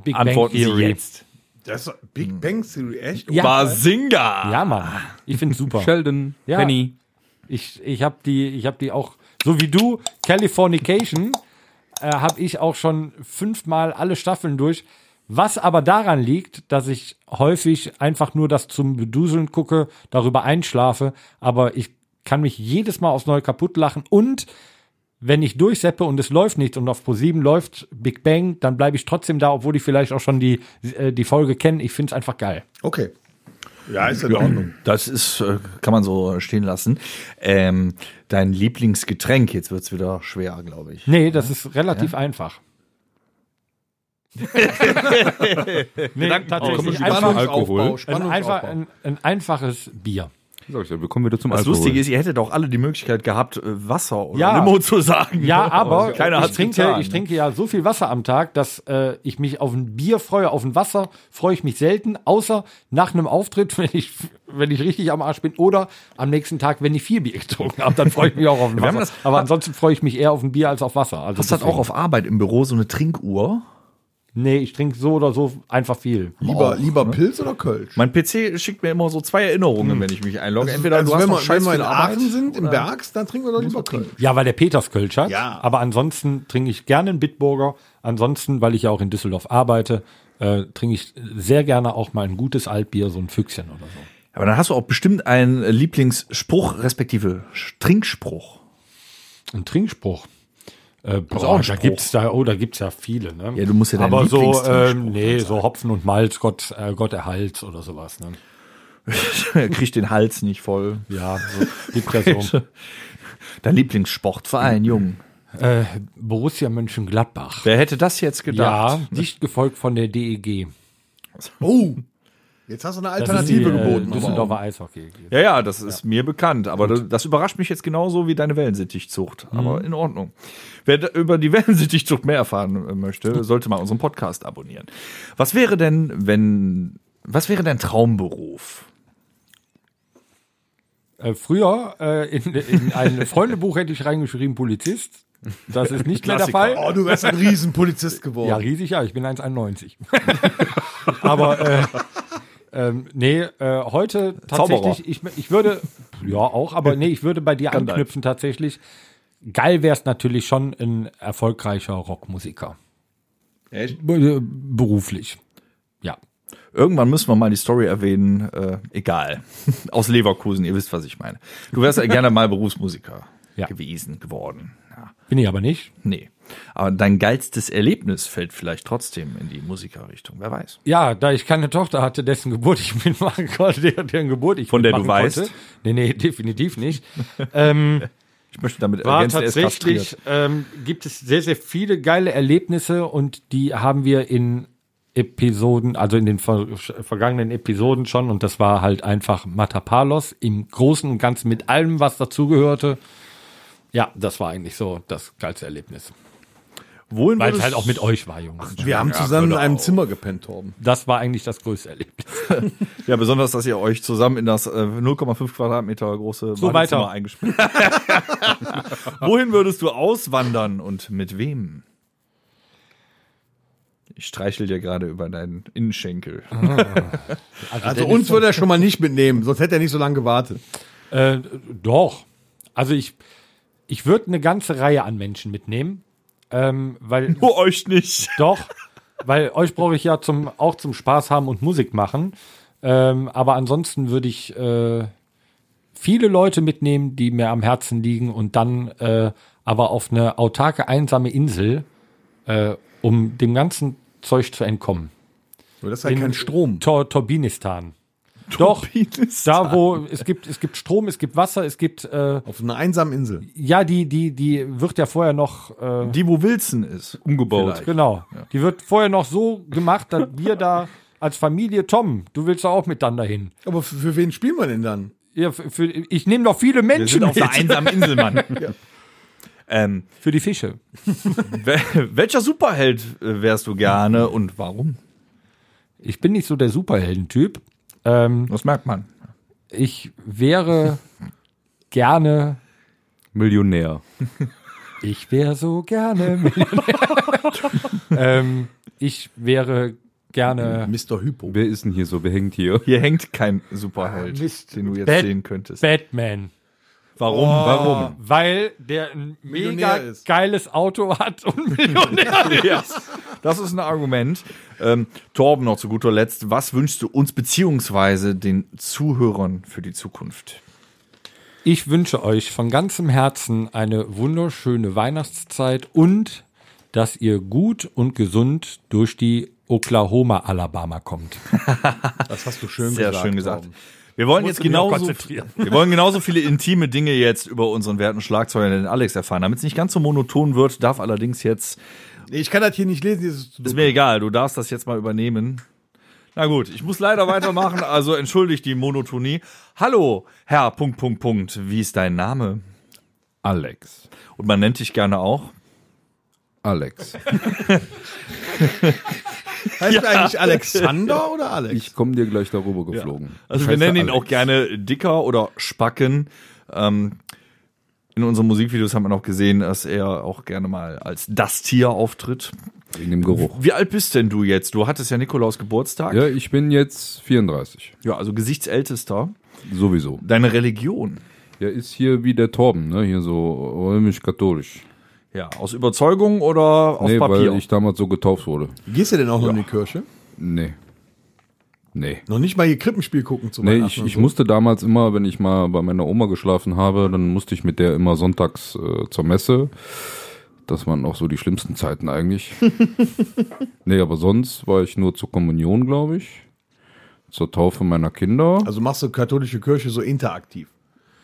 S2: Big
S4: Antworten
S2: Bang
S4: Sie
S2: Theory.
S4: jetzt.
S3: Das ist Big Bang Theory, echt?
S2: Ja.
S4: Basinga!
S2: Ja, Mann. Ich finde super.
S1: Sheldon,
S2: Ja.
S1: Penny.
S2: Ich, ich habe die, ich hab die auch, so wie du, Californication, äh, habe ich auch schon fünfmal alle Staffeln durch. Was aber daran liegt, dass ich häufig einfach nur das zum Beduseln gucke, darüber einschlafe, aber ich kann mich jedes Mal aufs Neue kaputt lachen und wenn ich durchseppe und es läuft nichts und auf Pro7 läuft Big Bang, dann bleibe ich trotzdem da, obwohl ich vielleicht auch schon die, äh, die Folge kenne. Ich finde es einfach geil.
S3: Okay. Ja, ist in Ordnung.
S4: Das ist, äh, kann man so stehen lassen. Ähm, dein Lieblingsgetränk, jetzt wird's wieder schwer, glaube ich.
S2: Nee, das ist relativ einfach. nee, tatsächlich einfach,
S1: Alkohol.
S2: ein, einfach
S3: Spannungsaufbau.
S2: ein, ein einfaches Bier.
S1: Sag ich ja, wir kommen wieder zum
S4: Das
S1: Alkohol.
S4: Lustige ist, ihr hättet auch alle die Möglichkeit gehabt, äh, Wasser oder
S2: Ja.
S4: Limo zu sagen. also
S2: Ja, aber
S4: keiner
S2: ich,
S4: hat's
S2: trinke,
S4: getan. ne?
S2: ich trinke ja so viel Wasser am Tag, dass äh, ich mich auf ein Bier freue. Auf ein Wasser freue ich mich selten, außer nach einem Auftritt, wenn ich, wenn ich richtig am Arsch bin, oder am nächsten Tag, wenn ich viel Bier getrunken habe, dann freue ich mich auch auf ein
S4: Wir haben
S2: Wasser.
S4: das-
S2: aber ansonsten freue ich mich eher auf ein Bier als auf Wasser. Also
S4: Hast du das
S2: deswegen-
S4: auch auf Arbeit im Büro so eine Trinkuhr?
S2: Nee, ich trinke so oder so einfach viel.
S3: Lieber, lieber Pilz oder Kölsch?
S4: Mein PC schickt mir immer so zwei Erinnerungen, wenn ich mich einlogge. Entweder
S3: also
S4: du hast
S3: wenn,
S4: noch
S3: wir,
S4: scheiß
S3: wenn wir in
S4: viel Arbeit
S3: Aachen sind, im
S4: oder-
S3: Bergs, dann trinken wir doch lieber Kölsch.
S2: Ja, weil der Peters Kölsch hat.
S3: Ja.
S2: Aber ansonsten trinke ich gerne einen Bitburger. Ansonsten, weil ich ja auch in Düsseldorf arbeite, äh, trinke ich sehr gerne auch mal ein gutes Altbier, so ein Füchschen oder so.
S4: Aber dann hast du auch bestimmt einen äh, Lieblingsspruch, respektive Sch- Trinkspruch.
S2: Ein Trinkspruch. Äh, boah,
S4: auch ein
S2: da
S4: Spruch.
S2: gibt's da, oh, da gibt's ja viele, ne?
S4: Ja, du musst ja deinen
S2: Aber so,
S4: Lieblingstrinkspruch
S2: ähm, nee, so Hopfen und Malz, Gott, äh, Gott erhalt oder sowas, ne?
S4: Kriegt den Hals nicht voll.
S2: Ja, so, gibt ja so.
S4: Dein Lieblingssportverein, Jung.
S2: äh, Borussia Mönchengladbach.
S4: Wer hätte das jetzt
S2: Ja,
S4: gedacht?
S2: dicht gefolgt von der E DEG.
S3: Oh, jetzt hast du eine Alternative
S2: Das ist die, Äh,
S3: geboten. aber auch.
S2: Düsseldorfer Eishockey.
S4: Ja, ja, das ist mir bekannt. Aber das, das überrascht mich jetzt genauso wie deine Wellensittichzucht.
S2: Mhm.
S4: Aber in Ordnung. Wer da über die Wellensittichzucht mehr erfahren äh, möchte, sollte mal unseren Podcast abonnieren. Was wäre denn, wenn, was wäre dein Traumberuf?
S2: Äh, früher äh, in, in ein Freundebuch hätte ich reingeschrieben Polizist. Das ist nicht mehr der
S4: Klassiker.
S2: Fall.
S3: Oh, du wärst ein Riesenpolizist geworden.
S2: Ja, riesig, ja, ich bin 1,91. Aber äh, ähm, nee, äh, heute tatsächlich, ich, ich würde, ja auch, aber nee, ich würde bei dir anknüpfen tatsächlich. Geil wäre es natürlich schon ein erfolgreicher Rockmusiker. Echt? Beruflich. Ja.
S4: Irgendwann müssen wir mal die Story erwähnen. Äh, egal. Aus Leverkusen, ihr wisst, was ich meine. Du wärst ja gerne mal Berufsmusiker
S2: Ja.
S4: gewesen, geworden. Ja.
S2: Bin ich aber nicht.
S4: Nee. Aber dein geilstes Erlebnis fällt vielleicht trotzdem in die Musikerrichtung. Wer weiß.
S2: Ja, da ich keine Tochter hatte, dessen Geburt ich mitmachen konnte, deren, deren Geburt ich
S4: Von der du
S2: mitmachen konnte.
S4: weißt?
S2: Nee, nee, definitiv nicht. ähm,
S4: Ich möchte damit
S2: war
S4: ergänzen, er ist
S2: tatsächlich,
S4: kastriert.
S2: ähm, gibt es sehr, sehr viele geile Erlebnisse und die haben wir in Episoden, also in den ver vergangenen Episoden schon und das war halt einfach Matapalos im Großen und Ganzen mit allem, was dazugehörte. Ja, das war eigentlich so das geilste Erlebnis.
S4: Wohin
S2: Weil es
S4: würdest-
S2: halt auch mit euch war, Jungs.
S3: Wir haben zusammen in einem Zimmer gepennt, Torben.
S2: Das war eigentlich das größte Erlebnis.
S4: Ja, besonders, dass ihr euch zusammen in das äh, 0,5 Quadratmeter große
S2: So
S4: Badezimmer
S2: weiter.
S4: eingespielt habt. Wohin würdest du auswandern und mit wem? Ich streichel dir gerade über deinen Innenschenkel.
S3: Also
S2: Dennis
S3: uns würde er schon mal nicht mitnehmen, sonst hätte er nicht so lange gewartet.
S2: Äh, doch. Also ich, ich würde eine ganze Reihe an Menschen mitnehmen. Ähm, weil
S4: Nur Oh, euch nicht.
S2: doch, weil euch brauche ich ja zum auch zum Spaß haben und Musik machen. Ähm, aber ansonsten würde ich äh, viele Leute mitnehmen, die mir am Herzen liegen und dann äh, aber auf eine autarke, einsame Insel, äh, um dem ganzen Zeug zu entkommen.
S3: Nur das ist halt
S2: In-
S3: kein Strom.
S2: Tor Turbinistan. Doch, da wo es gibt, es gibt Strom, es gibt Wasser, es gibt äh,
S3: Auf einer einsamen Insel.
S2: Ja, die, die, die wird ja vorher noch, äh,
S4: Die, wo Wilson ist. Umgebaut.
S2: genau, die wird vorher noch so gemacht, dass wir da als Familie, Tom, du willst doch auch mit dann dahin.
S3: Aber für, für wen spielen wir denn dann?
S2: Ja, für, für, ich nehme doch viele
S4: Wir
S2: Menschen
S4: sind auf
S2: mit.
S4: der einsamen Insel, Mann. ähm,
S2: Für die Fische.
S4: wel- welcher Superheld äh, wärst du gerne und warum?
S2: Ich bin nicht so der Superheldentyp. Ähm,
S4: Das merkt man.
S2: ich wäre gerne,
S1: Millionär.
S2: ich wäre so gerne Millionär. ähm, ich wäre gerne.
S3: Mr. Hypo.
S1: Wer ist denn hier so? Wer hängt hier?
S4: Hier hängt kein Superheld,
S2: Ah, Mist.
S4: den du jetzt
S2: Bad- Oh.
S4: sehen könntest.
S2: Batman.
S1: Warum? Warum?
S2: Weil der ein mega
S3: Millionär ist.
S2: geiles Auto hat und Millionär ist.
S4: Ja, das ist ein Argument. Ähm, Torben, noch zu guter Letzt, was wünschst du uns beziehungsweise den Zuhörern für die Zukunft?
S2: Ich wünsche euch von ganzem Herzen eine wunderschöne Weihnachtszeit und dass ihr gut und gesund durch die Oklahoma-Alabama kommt.
S3: Das hast du schön
S4: Sehr
S3: gesagt.
S4: schön gesagt.
S3: Torben.
S4: Wir wollen jetzt
S2: musste mich auch
S4: genauso,
S2: konzentrieren.
S4: wir wollen genauso viele intime Dinge jetzt über unseren werten Schlagzeuger, den Alex, erfahren. Damit es nicht ganz so monoton wird, darf allerdings jetzt,
S3: Nee, ich kann das hier nicht lesen, dieses zu
S4: ist mir egal, du darfst das jetzt mal übernehmen. Na gut, ich muss leider weitermachen, also entschuldigt die Monotonie. Hallo, Herr, Punkt, Punkt, Punkt, wie ist dein Name?
S1: Alex.
S4: Und man nennt dich gerne auch
S1: Alex.
S3: Heißt er eigentlich Alexander oder Alex?
S1: Ich komme dir gleich darüber geflogen.
S4: Also
S1: Ich
S4: wir
S1: heiße
S4: nennen ihn
S1: Alex.
S4: auch gerne Dicker oder Spacken. Ähm, in unseren Musikvideos haben wir noch gesehen, dass er auch gerne mal als das Tier auftritt.
S1: Wegen dem Geruch.
S4: Wie alt bist denn du jetzt? Du hattest ja Nikolaus Geburtstag.
S1: Ja, ich bin jetzt 34.
S4: Ja, also Gesichtsältester.
S1: Sowieso.
S4: Deine Religion.
S1: Der ist hier wie der Torben, ne? Hier so römisch-katholisch.
S4: Ja, aus Überzeugung oder auf
S1: Nee,
S4: Papier?
S1: weil ich damals so getauft wurde.
S3: Gehst du denn auch noch in die Kirche?
S1: Nee. Nee.
S3: Noch nicht mal hier Krippenspiel gucken zu
S1: Nee,
S3: Weihnachten
S1: ich,
S3: und
S1: ich
S3: so.
S1: musste damals immer, wenn ich mal bei meiner Oma geschlafen habe, dann musste ich mit der immer sonntags äh, zur Messe. Das waren auch so die schlimmsten Zeiten eigentlich. nee, aber sonst war ich nur zur Kommunion, glaube ich. Zur Taufe meiner Kinder.
S3: Also machst du katholische Kirche so interaktiv.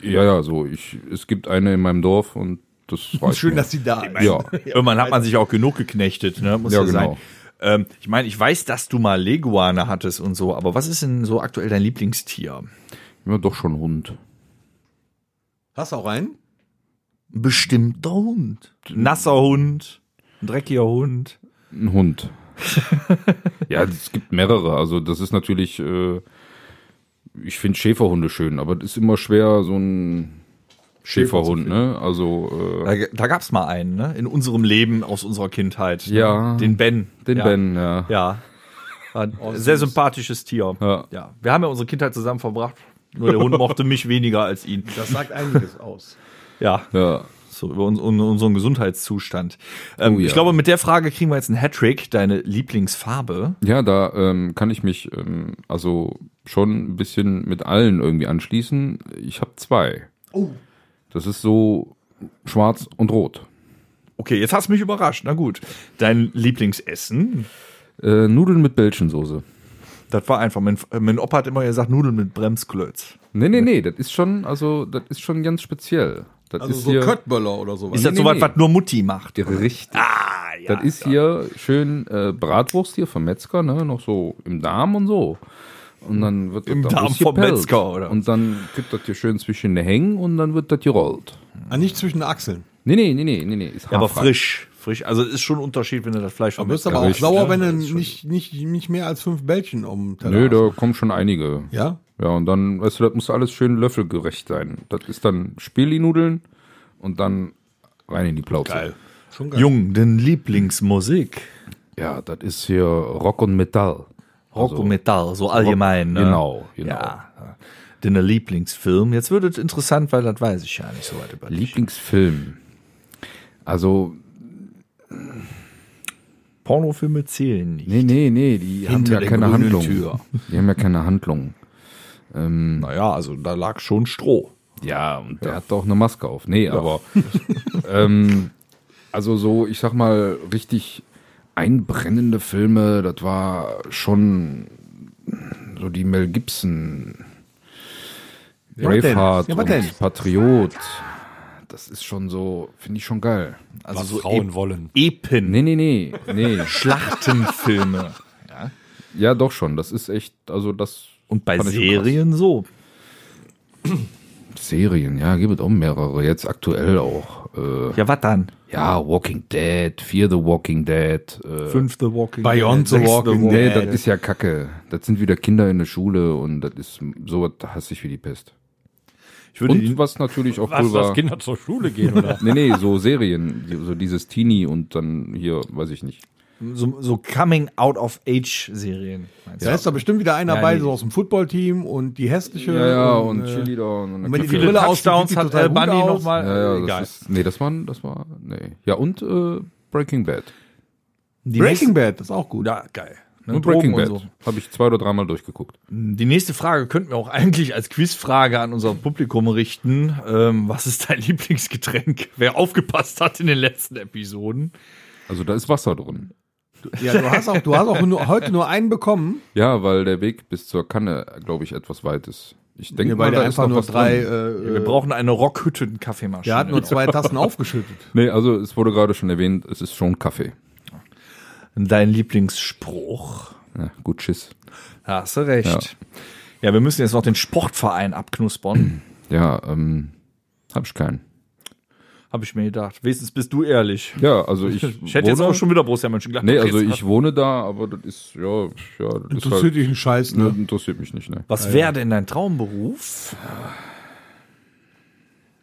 S1: ja, ja, so. Ich, es gibt eine in meinem Dorf und das reicht
S3: Schön,
S1: mir.
S3: dass sie da ist.
S1: Ja,
S4: Irgendwann hat man sich auch genug geknechtet, ne? Muss ja,
S1: Ja,
S4: sein.
S1: genau.
S4: Ähm, ich meine, ich weiß, dass du mal Leguane hattest und so, aber was ist denn so aktuell dein Lieblingstier?
S1: ja, doch schon Hund.
S3: Hast du auch einen?
S4: Bestimmter Hund. Nasser Hund. Ein dreckiger Hund.
S1: Ein Hund. ja, es gibt mehrere. Also das ist natürlich, äh, ich finde Schäferhunde schön, aber das ist immer schwer, so ein Schäferhund, ne? Also äh,
S4: Da, da gab's mal einen, ne? In unserem Leben aus unserer Kindheit. ne?
S1: Ja.
S4: Den Ben.
S1: äh, den
S4: ja.
S1: Ben, ja.
S4: Ja. War ein sehr sympathisches Tier.
S1: Ja.
S4: Wir haben ja unsere Kindheit zusammen verbracht. Nur der Hund mochte mich weniger als ihn.
S3: Das sagt einiges aus.
S4: Ja.
S1: Ja.
S4: So über uns, un, unseren Gesundheitszustand. Ähm,
S1: Oh ja.
S4: Ich glaube, mit der Frage kriegen wir jetzt einen Hattrick, deine Lieblingsfarbe.
S1: Ja, da ähm, kann ich mich ähm, also schon ein bisschen mit allen irgendwie anschließen. Ich habe zwei.
S3: Oh.
S1: Das ist so schwarz und rot.
S4: Okay, jetzt hast du mich überrascht. Na gut. Dein Lieblingsessen.
S1: Äh, Nudeln mit Bällchensoße.
S4: Das war einfach. Mein, mein Opa hat immer gesagt, Nudeln mit Bremsklötz.
S1: Nee, nee, nee, das ist schon, also das ist schon ganz speziell. Das
S3: Also
S1: ist
S3: so
S1: hier,
S3: Köttböller oder sowas.
S4: Ist das
S1: nee,
S4: sowas,
S1: nee.
S4: was nur Mutti macht?
S1: Richtig.
S4: Ah, ja.
S1: Das ist hier schön äh, Bratwurst hier vom Metzger, ne? Noch so im Darm und so. Und dann wird das
S4: Im
S1: da
S4: Darm vom
S1: rausgepellt.
S4: Metzger, oder?
S1: Und dann kippt das hier schön zwischen den Hängen und dann wird das gerollt.
S3: Ah, nicht zwischen den Achseln.
S1: Nee, nee, nee, nee, nee, nee. Ist
S4: Ja, aber
S1: haarfrei.
S4: frisch. Frisch. Also es ist schon ein Unterschied, wenn du das Fleisch
S3: Du wirst
S4: Metzger
S3: aber auch
S1: richtig,
S3: sauer,
S1: ja.
S3: wenn du nicht, nicht, nicht mehr als fünf Bällchen um den Teller
S1: Nö,
S3: hast.
S1: da kommen schon einige.
S3: Ja?
S1: Ja, und dann, weißt du, das muss alles schön löffelgerecht sein. Das ist dann Speli-Nudeln und dann rein in die Plauze. Geil.
S3: Schon geil.
S4: Jung, denn Lieblingsmusik.
S1: Ja, das ist hier Rock und Metall.
S4: Rock und Metall, so allgemein. ne?
S1: Also, Genau, genau.
S4: Ja. Denn der Lieblingsfilm. Jetzt wird es interessant, weil das weiß ich ja nicht so weit über dich.
S1: Lieblingsfilm. Also,
S4: Pornofilme zählen nicht.
S1: nee, nee, nee, die haben ja
S4: der
S1: keine
S4: grünen
S1: Handlung.
S4: Tür.
S1: Die haben ja keine Handlung.
S4: Naja, also da lag schon Stroh.
S1: Ja, und der hat doch eine Maske auf. Nee, aber ähm, also so, ich sag mal, richtig einbrennende Filme, das war schon so die Mel Gibson,
S3: was denn?
S1: Braveheart
S3: Ja, was denn?
S1: und Patriot. Das ist schon so, finde ich schon geil.
S4: Also
S2: Was
S4: so
S2: Frauen
S4: Ep-
S2: wollen.
S4: Epen.
S1: Nee, nee, nee, nee.
S4: Schlachtenfilme.
S1: ja, doch schon. Das ist echt, also das.
S4: Und bei
S1: fand ich schon krass.
S4: Serien so.
S1: Serien, ja, gibt es auch mehrere. Jetzt aktuell auch. Äh,
S4: Ja, was dann?
S1: ja, Walking Dead, Fear the Walking Dead. Äh,
S4: Fünfte Walking
S3: Beyond the
S4: Dead, sechste
S3: Walking
S1: Nee,
S3: Dead.
S1: das ist ja Kacke. Das sind wieder Kinder in der Schule und das ist sowas hasse ich wie die Pest.
S4: Ich würde
S1: Und
S4: ihn,
S1: was natürlich auch cool
S2: Was, dass
S1: war.
S2: Kinder zur Schule gehen, oder?
S1: Nee, nee, so Serien, die- so dieses Teenie und dann hier, weiß ich nicht.
S4: So, so Coming-out-of-Age-Serien. meinst
S3: Da
S4: du?
S3: ist da bestimmt wieder einer
S4: Ja,
S3: bei,
S4: die-
S3: so aus dem Footballteam und die hässliche.
S1: Ja, ja, und Cheerleader und-
S3: Und, äh,
S1: und-
S3: wenn die, die
S1: Viele
S3: Brille aus
S4: Touchdowns hat, äh, Bunny noch mal-
S1: Ja, ja, das
S4: Egal.
S1: Ist, nee, das war, das war, nee. Ja, und äh, Breaking Bad.
S4: Die
S3: Breaking
S4: nächste-
S3: Bad, das ist auch gut.
S4: Ja, geil. Ne,
S1: und Breaking Bad.
S4: Drogen und so.
S1: Habe ich zwei oder dreimal durchgeguckt.
S4: Die nächste Frage könnten wir auch eigentlich als Quizfrage an unser Publikum richten. Ähm, was ist dein Lieblingsgetränk? Wer aufgepasst hat in den letzten Episoden?
S1: Also da ist Wasser drin.
S3: Ja, du hast auch, du hast auch nur, heute nur einen bekommen.
S1: Ja, weil der Weg bis zur Kanne, glaube ich, etwas weit ist. Ich denke
S3: Ja, weil
S1: mal,
S3: der
S1: da ist
S3: einfach
S1: noch
S3: nur
S1: was
S3: drei.
S1: Drin.
S3: Äh,
S4: Wir brauchen eine Rockhütten-Kaffeemaschine.
S3: der hat nur zwei Tassen aufgeschüttet.
S1: Nee, also es wurde gerade schon erwähnt, es ist schon Kaffee.
S4: Dein Lieblingsspruch?
S1: Ja, gut, Schiss.
S4: Da hast du recht. Ja. wir müssen jetzt noch den Sportverein abknuspern.
S1: Ja, ähm, hab ich keinen.
S4: Habe ich mir gedacht. Wenigstens bist du ehrlich.
S1: Ja, also ich.
S4: Ich hätte jetzt
S1: wohne-
S4: auch schon wieder Borussia Mönchengladbach.
S1: Nee, also
S4: gesagt.
S1: ich wohne da, aber das ist, ja, ja das ist
S3: Interessiert
S1: halt,
S3: dich ein Scheiß,
S1: ne,
S3: ne?
S1: interessiert mich nicht, ne.
S4: Was wäre denn dein Traumberuf?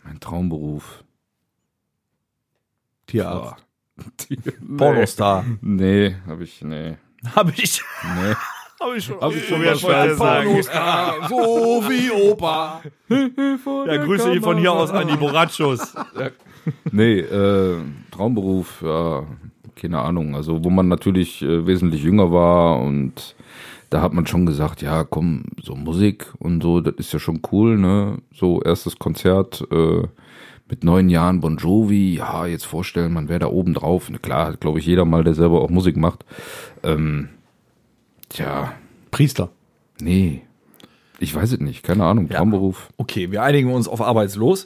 S1: Mein Traumberuf.
S3: Tierarzt.
S4: Pornostar.
S1: Nee, habe ich, nee.
S4: Habe ich.
S1: Nee.
S4: Habe ich schon.
S1: Hab ich schon
S4: Ich wollte sagen.
S3: ah, So wie Opa.
S4: Ja, Grüße hier von hier aus an die Borachos.
S1: Nee, äh, Traumberuf, ja, keine Ahnung. Also, wo man natürlich äh, wesentlich jünger war und da hat man schon gesagt, ja, komm, so Musik und so, das ist ja schon cool, ne? So, erstes Konzert äh, mit neun Jahren Bon Jovi, ja, jetzt vorstellen, man wäre da oben drauf. Na Klar, glaube ich, jeder mal, der selber auch Musik macht. Ähm, tja,
S3: Priester.
S1: nee. Ich weiß es nicht, keine Ahnung. Traumberuf,
S4: Okay, wir einigen uns auf arbeitslos.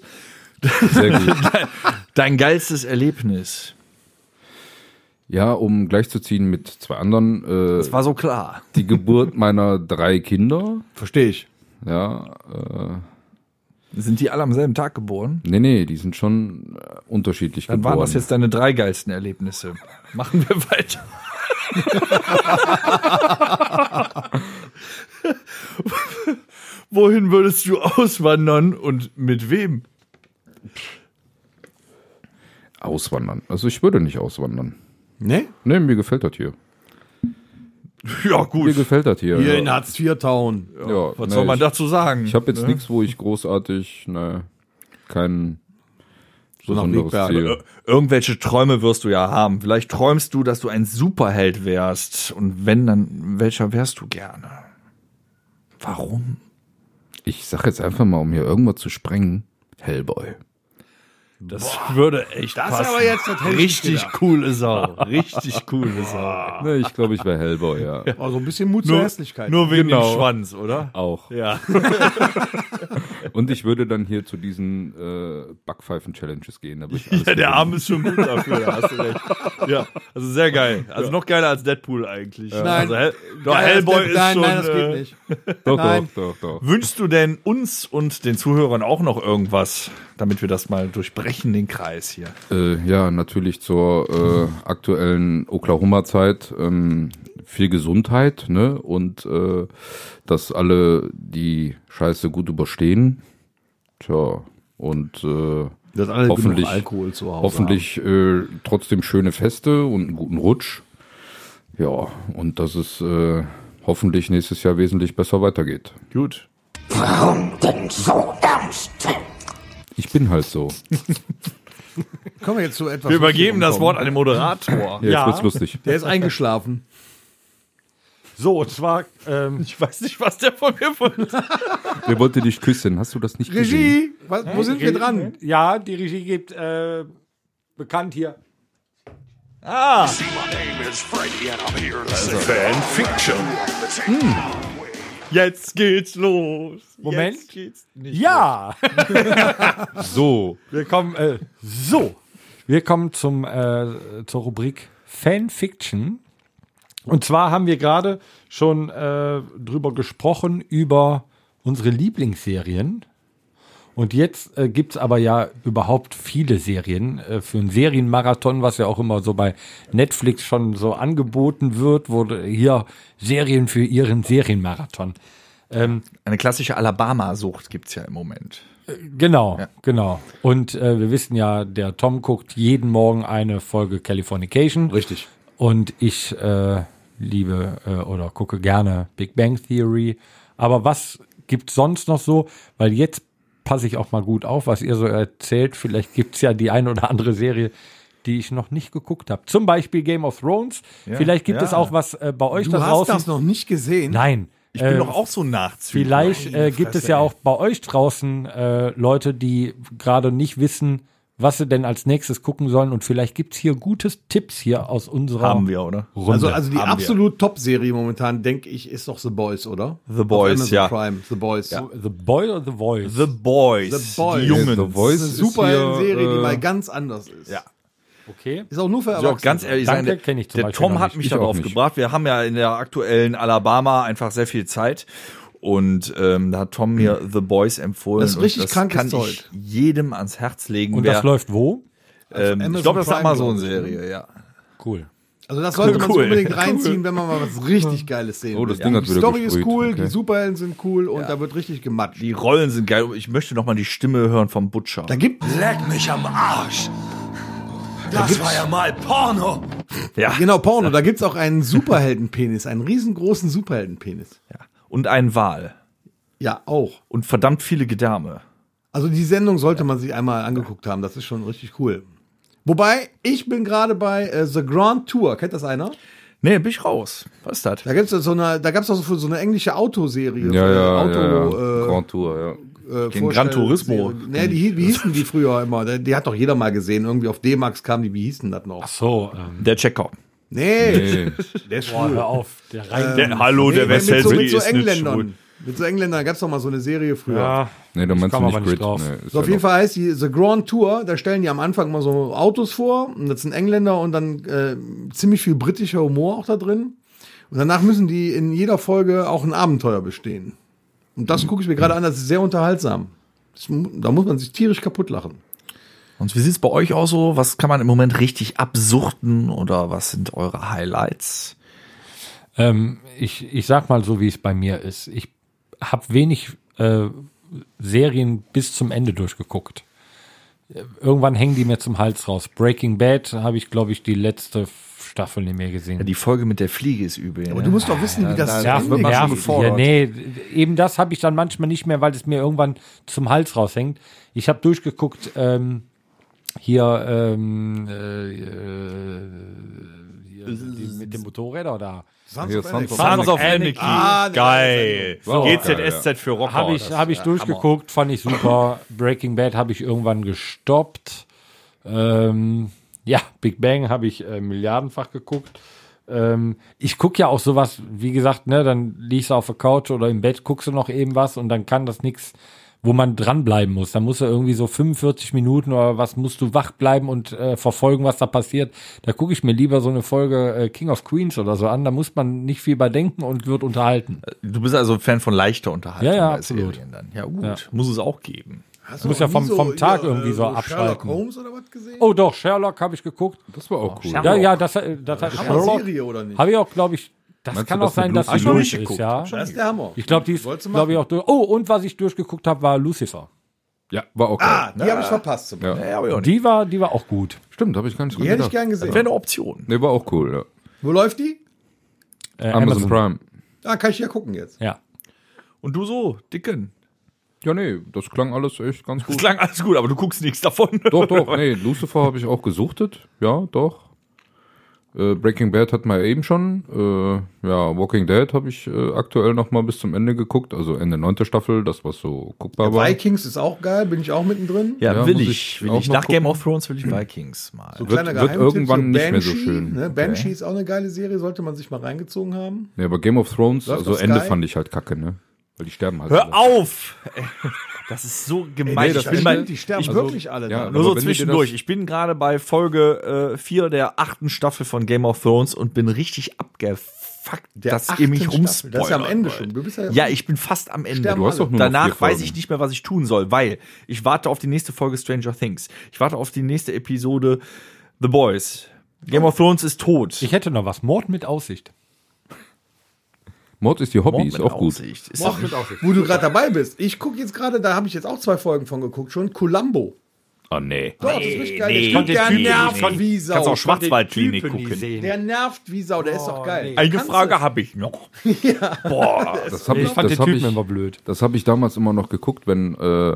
S1: sehr gut.
S4: Dein geilstes Erlebnis.
S1: Ja, um gleichzuziehen mit zwei anderen. Äh,
S4: Das war so klar.
S1: die Geburt meiner drei Kinder.
S3: Verstehe ich.
S1: Ja, äh,
S4: Sind die alle am selben Tag geboren?
S1: nee, nee, die sind schon äh, unterschiedlich
S4: Dann
S1: geboren.
S4: waren das jetzt deine drei geilsten Erlebnisse. Machen wir weiter. Wohin würdest du auswandern und mit wem?
S1: Auswandern. Also ich würde nicht auswandern.
S3: Ne?
S1: Nee, mir gefällt das hier.
S4: Ja,
S1: Mir
S4: gut.
S1: gefällt das hier.
S3: Hier
S1: ja.
S3: in Hartz IV Town.
S1: Ja,
S4: Was
S1: nee,
S4: soll man
S1: ich,
S4: dazu sagen?
S1: Ich habe jetzt
S4: Ne?
S1: nichts, wo ich großartig, ne, kein
S3: So nach
S1: besonderes
S3: Wegberg.
S1: Ziel.
S4: Ir- Irgendwelche Träume wirst du ja haben. Vielleicht träumst du, dass du ein Superheld wärst. Und wenn, dann welcher wärst du gerne? Warum?
S1: Ich sag jetzt einfach mal, um hier irgendwas zu sprengen, Hellboy.
S4: Das würde echt das passen. Aber jetzt richtig coole Sau. Richtig coole Sau.
S1: Nee, ich glaube, ich wäre Hellboy, ja.
S3: Also ein bisschen Mut zur Hässlichkeit.
S4: Nur wegen
S1: Genau.
S4: dem Schwanz, oder?
S1: Auch.
S4: Ja.
S1: Und ich würde dann hier zu diesen äh, Backpfeifen-Challenges gehen. Da würde ich alles
S4: Der
S1: gewinnen.
S4: Arm ist schon gut dafür, da hast du recht. Ja, also sehr geil. Also noch geiler als Deadpool eigentlich.
S3: Nein.
S4: also Hel doch,
S3: Nein, das
S4: Hellboy
S3: geht-
S4: ist
S3: nein,
S4: schon...
S3: Nein, das
S4: äh,
S3: geht nicht.
S1: Doch,
S3: Nein.
S1: doch, doch, doch.
S4: Wünschst du denn uns und den Zuhörern auch noch irgendwas, damit wir das mal durchbrechen, den Kreis hier?
S1: Äh, ja, natürlich zur äh, aktuellen Oklahoma-Zeit ähm, viel Gesundheit ne? und äh, dass alle die Scheiße gut überstehen. Tja, und äh,
S3: Dass alle genug
S1: hoffentlich,
S3: Alkohol zu Hause
S1: hoffentlich äh, trotzdem schöne Feste und einen guten Rutsch. Ja, und dass es äh, hoffentlich nächstes Jahr wesentlich besser weitergeht.
S4: Gut.
S7: Warum denn so ernst?
S1: Ich bin halt so.
S3: Kommen wir jetzt zu etwas.
S4: Wir übergeben das
S3: Lustigerem
S4: Wort an den Moderator.
S1: Ja, jetzt
S2: Ja.
S1: wird's lustig.
S3: Der ist eingeschlafen.
S2: So, und zwar, ähm,
S4: Ich weiß nicht, was der von mir wollte.
S1: Wer wollte dich küssen? Hast du das nicht gesehen?
S3: Regie, was, wo sind wir dran?
S2: ja, die Regie gibt äh, bekannt hier.
S5: My name is Freddy and I'm here to say fan fiction.
S4: Jetzt geht's los.
S2: Moment.
S4: Jetzt geht's nicht.
S2: Ja!
S1: So.
S2: Wir kommen, äh, so. Wir kommen zum, äh, zur Rubrik Fanfiction. Und zwar haben wir gerade schon äh, drüber gesprochen, über unsere Lieblingsserien. Und jetzt äh, gibt es aber ja überhaupt viele Serien. Äh, für einen Serienmarathon, was ja auch immer so bei Netflix schon so angeboten wird, wurde hier Serien für ihren Serienmarathon.
S4: Eine klassische Alabama-Sucht gibt's ja im Moment.
S2: Genau, genau. Und äh, wir wissen ja, der Tom guckt jeden Morgen eine Folge Californication.
S3: Richtig.
S2: Und ich äh, liebe äh, oder gucke gerne Big Bang Theory. Aber was gibt sonst noch so? Weil jetzt passe ich auch mal gut auf, was ihr so erzählt. Vielleicht gibt's ja die eine oder andere Serie, die ich noch nicht geguckt habe. Zum Beispiel Game of Thrones.
S4: Ja,
S2: Vielleicht gibt
S4: ja.
S2: es auch was äh, bei euch
S3: Du
S2: da
S3: hast
S2: draußen.
S3: das noch nicht gesehen?
S2: Nein.
S4: Ich bin
S2: Äh,
S4: doch auch so nachzüglich.
S2: Vielleicht
S4: Meine
S2: äh, gibt es
S4: Fresse,
S2: ja
S4: ey.
S2: auch bei euch draußen äh, Leute, die gerade nicht wissen, was sie denn als nächstes gucken sollen. Und vielleicht gibt's hier gutes Tipps hier aus unserer
S4: Haben wir, oder?
S2: Runde.
S3: Also, also die
S4: haben wir.
S3: absolut Top-Serie momentan, denke ich, ist doch The Boys, oder?
S4: The Boys,
S3: Amazon
S4: ja.
S3: Prime, The Boys.
S2: The Boy or The Voice?
S4: The Boys.
S3: The Boys.
S4: Die Jungen.
S1: The Voice
S3: Das ist
S1: ist
S3: eine super
S1: hier,
S3: Serie, die
S1: äh,
S3: mal ganz anders ist.
S4: Ja.
S2: okay.
S3: Ist auch nur für
S4: Also auch
S3: Erwachsene.
S4: ganz ehrlich
S2: Danke,
S4: sagen,
S2: kenn
S4: der,
S2: ich zum
S4: der
S2: Beispiel
S4: Tom
S2: noch
S4: hat
S2: nicht.
S4: mich
S1: Ich auch
S4: darauf
S1: nicht.
S4: gebracht. Wir haben ja in der aktuellen Alabama einfach sehr viel Zeit. Und ähm, da hat Tom mir
S2: Hm.
S4: The Boys empfohlen.
S3: Das ist richtig
S4: und das
S3: krankes
S4: kann
S3: Zeug.
S4: ich jedem ans Herz legen.
S2: Und
S4: wer,
S2: das läuft wo?
S4: ähm,
S3: Amazon
S4: ich glaube, das ist
S3: Prime,
S4: eine
S3: glaub
S4: Amazon-Serie, ja.
S2: Cool.
S3: Also das sollte man
S4: Cool.
S3: sich unbedingt reinziehen, wenn man mal was richtig Geiles sehen
S1: Oh, das
S3: will.
S1: Ding hat
S3: Die
S1: wieder
S3: Story ist
S1: gesprüht,
S3: cool,
S1: okay.
S3: die Superhelden sind cool und da wird richtig gematscht.
S4: Die Rollen sind geil. Ich möchte noch mal die Stimme hören vom Butcher.
S3: Da gibt
S5: Leck mich am Arsch. Das war ja mal Porno.
S4: ja.
S3: genau Porno, da gibt's auch einen Superheldenpenis, einen riesengroßen Superheldenpenis.
S4: ja. Und ein Wal.
S3: Ja, auch.
S4: Und verdammt viele Gedärme.
S3: Also die Sendung sollte man sich einmal angeguckt haben, das ist schon richtig cool. Wobei, ich bin gerade bei äh, The Grand Tour. Kennt das einer?
S4: Nee, bin ich raus. Was ist das?
S3: Da gibt's so eine, da gab's auch so, so eine englische Autoserie.
S1: Ja,
S3: so eine
S1: ja,
S3: Auto,
S1: ja, ja.
S3: äh,
S1: Grand Tour, ja.
S3: äh,
S4: Den Gran
S3: Vorstell-
S4: Turismo.
S3: Nee, die, wie hießen die früher immer? Die, die hat doch jeder mal gesehen. Irgendwie auf D-Max kam die, wie hießen das noch?
S2: So, ähm,
S4: Der Checker.
S3: Nee,
S1: Nee.
S3: der ist
S2: boah,
S3: schwul.
S2: hör auf. Der rein.
S4: Der, hallo,
S3: ähm, Nee, mit, so, mit so Engländern. Mit so Engländern gab's doch mal so eine Serie früher.
S1: Nee, da
S2: Ich
S1: meinst du
S2: komm
S1: nicht
S2: aber nicht
S1: Grid.
S2: drauf.
S1: Nee, ist
S3: So, auf
S1: ja
S3: jeden
S1: noch-
S3: Fall heißt die The Grand Tour, da stellen die am Anfang mal so Autos vor und das sind Engländer und dann äh, ziemlich viel britischer Humor auch da drin. Und danach müssen die in jeder Folge auch ein Abenteuer bestehen. Und das gucke ich mir gerade an, das ist sehr unterhaltsam. Das, mu- da muss man sich tierisch kaputt lachen.
S4: Und wie sieht's bei euch aus so? Was kann man im Moment richtig absuchten oder was sind eure Highlights?
S2: Ähm, ich, ich sag mal so, wie es bei mir ist. Ich habe wenig äh, Serien bis zum Ende durchgeguckt. Äh, Irgendwann hängen die mir zum Hals raus. Breaking Bad habe ich, glaube ich, die letzte Staffel nicht mehr gesehen.
S4: Ja, die Folge mit der Fliege ist übel. ne?
S3: Aber du musst doch wissen, wie das zu
S2: Ja,
S3: Ende
S4: wird man
S2: ja,
S4: schon
S2: ja,
S4: gefordert.
S2: nee, eben das habe ich dann manchmal nicht mehr, weil es mir irgendwann zum Hals raushängt. Ich habe durchgeguckt, ähm, hier, ähm, äh, äh, hier die, mit den Motorrädern da.
S1: Hier, Sons of
S4: Sons of Anarchy.
S3: Ah,
S4: Geil.
S1: Sendung. Wow.
S4: GZSZ für Rocker.
S2: Habe ich, hab ich durchgeguckt, fand ich super. Breaking Bad habe ich irgendwann gestoppt. Ähm, ja, Big Bang habe ich äh, milliardenfach geguckt. Ähm, ich gucke ja auch sowas, wie gesagt, ne, dann liegst du auf der Couch oder im Bett, guckst du noch eben was und dann kann das nichts, wo man dranbleiben muss. Da musst du irgendwie so 45 Minuten oder was musst du wach bleiben und äh, verfolgen, was da passiert. Da gucke ich mir lieber so eine Folge äh, King of Queens oder so an. Da muss man nicht viel bei denken und wird unterhalten.
S4: Du bist also Fan von leichter Unterhaltung
S2: Ja, ja,
S4: als
S2: absolut.
S4: Serien dann. Ja, gut. Muss es auch geben.
S3: Hast
S2: muss
S3: auch
S2: ja
S3: nie
S2: vom- vom Tag
S3: hier, äh,
S2: irgendwie so
S3: Sherlock
S2: abschalten.
S3: Holmes oder was gesehen?
S2: Oh doch, Sherlock habe ich geguckt.
S1: Das war auch cool.
S2: Ja, ja, das, äh, das hat
S3: Hammer
S2: Sherlock.
S3: Serie oder nicht?
S2: Habe ich auch, glaube ich, das
S1: Meinst du,
S2: kann
S1: das
S2: auch sein,
S1: mit
S2: dass sie
S1: Lucy? Hab
S2: durch
S1: ich
S4: noch nicht
S2: ist,
S4: geguckt,
S2: ja.
S4: hab schon.
S3: Das ist der Hammer.
S2: Ich glaube, die ist,
S3: Wolltest du
S2: glaube ich,
S3: machen?
S2: auch durch. Oh, und was ich durchgeguckt habe, war Lucifer.
S1: Ja, war auch geil.
S3: Ah, die habe ich verpasst. Zum Beispiel.
S4: Ja, aber ja, nicht.
S2: Die war, die war auch gut.
S1: Stimmt, habe ich gar nicht
S3: Die hätte ich
S1: gedacht.
S3: gern gesehen.
S4: wäre eine Option.
S1: Nee, war auch cool, ja.
S3: Wo läuft die?
S2: Äh,
S1: Amazon, Prime.
S3: Da kann ich ja gucken jetzt.
S2: Ja.
S4: Und du so, Dicken.
S1: Ja, nee, das klang alles echt ganz
S4: Das
S1: gut.
S4: klang alles gut, aber du guckst nichts davon.
S1: Doch, doch, nee, Lucifer habe ich auch gesuchtet. Ja, doch. Äh, Breaking Bad hatten wir eben schon. Äh, ja, Walking Dead habe ich äh, aktuell noch mal bis zum Ende geguckt. Also Ende neunte Staffel, das was so guckbar war.
S3: Vikings ist auch geil, bin ich auch mittendrin.
S4: Ja,
S1: Ja,
S4: will
S1: muss
S4: ich.
S1: ich
S4: Will
S1: auch
S4: ich.
S1: noch
S4: Nach Game
S1: gucken.
S4: of Thrones will ich Vikings mal.
S3: So
S1: Wird-
S3: kleiner
S1: wird
S3: Geheimtipp,
S1: irgendwann nicht mehr so schön.
S3: Ne? Banshee ist auch eine geile Serie, sollte man sich mal reingezogen haben.
S1: Nee, aber Game of Thrones,
S3: Läuft
S1: also
S3: auf
S1: Ende
S3: Sky?
S1: fand ich halt kacke, ne? Weil die sterben halt. alle.
S4: Hör auf! Das ist so gemein.
S1: nee, das
S4: ich bin Also
S1: stimmt,
S4: mal,
S3: die sterben
S4: ich
S3: wirklich alle.
S1: ja,
S3: da.
S4: Nur
S1: Aber
S4: so
S1: wenn die dir
S4: zwischendurch.
S1: das-
S4: Ich bin gerade bei Folge 4 der achten Staffel von Game of Thrones und bin richtig abgefuckt,
S3: Der
S4: dass ihr mich
S3: achten Staffel,
S4: rumspoilert.
S3: Das ist ja am Ende
S4: wollt.
S3: schon. Du bist ja,
S4: Ja, ich bin fast am Ende.
S3: Sterben Du hast
S1: alle. doch nur noch
S4: Danach
S1: vier
S4: weiß
S1: Folgen.
S4: ich nicht mehr, was ich tun soll, weil ich warte auf die nächste Folge Stranger Things. Ich warte auf die nächste Episode The Boys. Game of Thrones ist tot.
S2: Ich hätte noch was. Mord mit Aussicht.
S1: Mord ist ihr Hobby, ist auch gut.
S4: Aussicht. Ist doch nicht-
S3: wo du gerade dabei bist. Ich gucke jetzt gerade, da habe ich jetzt auch zwei Folgen von geguckt schon, Columbo.
S1: Ah, nee.
S3: Doch, das ist richtig geil.
S1: nee,
S3: der
S1: ich
S3: Typ,
S1: konnte
S3: der
S1: den Typen
S3: nervt
S1: nicht.
S3: wie
S4: Kannst
S3: Sau.
S4: auch Schwarzwaldklinik
S2: Typen nie
S4: gucken.
S2: sehen.
S3: Der nervt wie Sau, der ist
S1: Oh,
S3: doch geil.
S2: nee.
S3: Du
S4: Eine
S3: kannst
S4: Frage
S3: es.
S4: habe ich noch.
S1: Boah, das habe ich,
S2: Ich fand
S1: das
S2: den
S1: hab
S2: Typen
S1: ich,
S2: immer blöd.
S1: Das habe ich damals immer noch geguckt, wenn äh,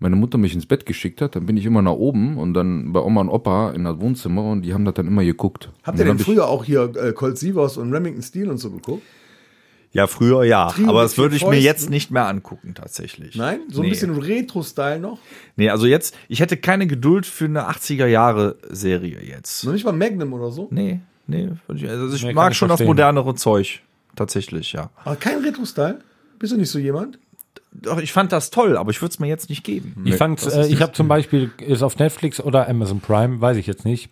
S1: meine Mutter mich ins Bett geschickt hat. Dann bin ich immer nach oben und dann bei Oma und Opa in das Wohnzimmer und die haben das dann immer geguckt. Und
S3: Habt
S1: dann
S3: ihr denn
S1: hab ich-
S3: früher auch hier äh, Colt Sievers und Remington Steel und so geguckt?
S4: Ja, früher ja.
S3: Trio
S4: aber
S3: mit
S4: das würde
S3: vier
S4: ich mir jetzt
S3: Fäusten.
S4: nicht mehr angucken, tatsächlich.
S3: Nein? So ein
S4: nee.
S3: bisschen Retro-Style noch?
S4: Nee, also jetzt, ich hätte keine Geduld für eine 80er-Jahre-Serie jetzt.
S3: Noch nicht mal Magnum oder so?
S4: Nee, nee. würde ich- Also ich
S2: Nee, kann
S4: mag
S2: ich
S4: schon das
S2: verstehen.
S4: modernere Zeug. Tatsächlich, ja.
S3: Aber kein Retro-Style? Bist du nicht so jemand?
S4: Doch, ich fand das toll, aber ich würde es mir jetzt nicht geben.
S2: Ich fand, äh, ich habe zum Beispiel, ist auf Netflix oder Amazon Prime, weiß ich jetzt nicht.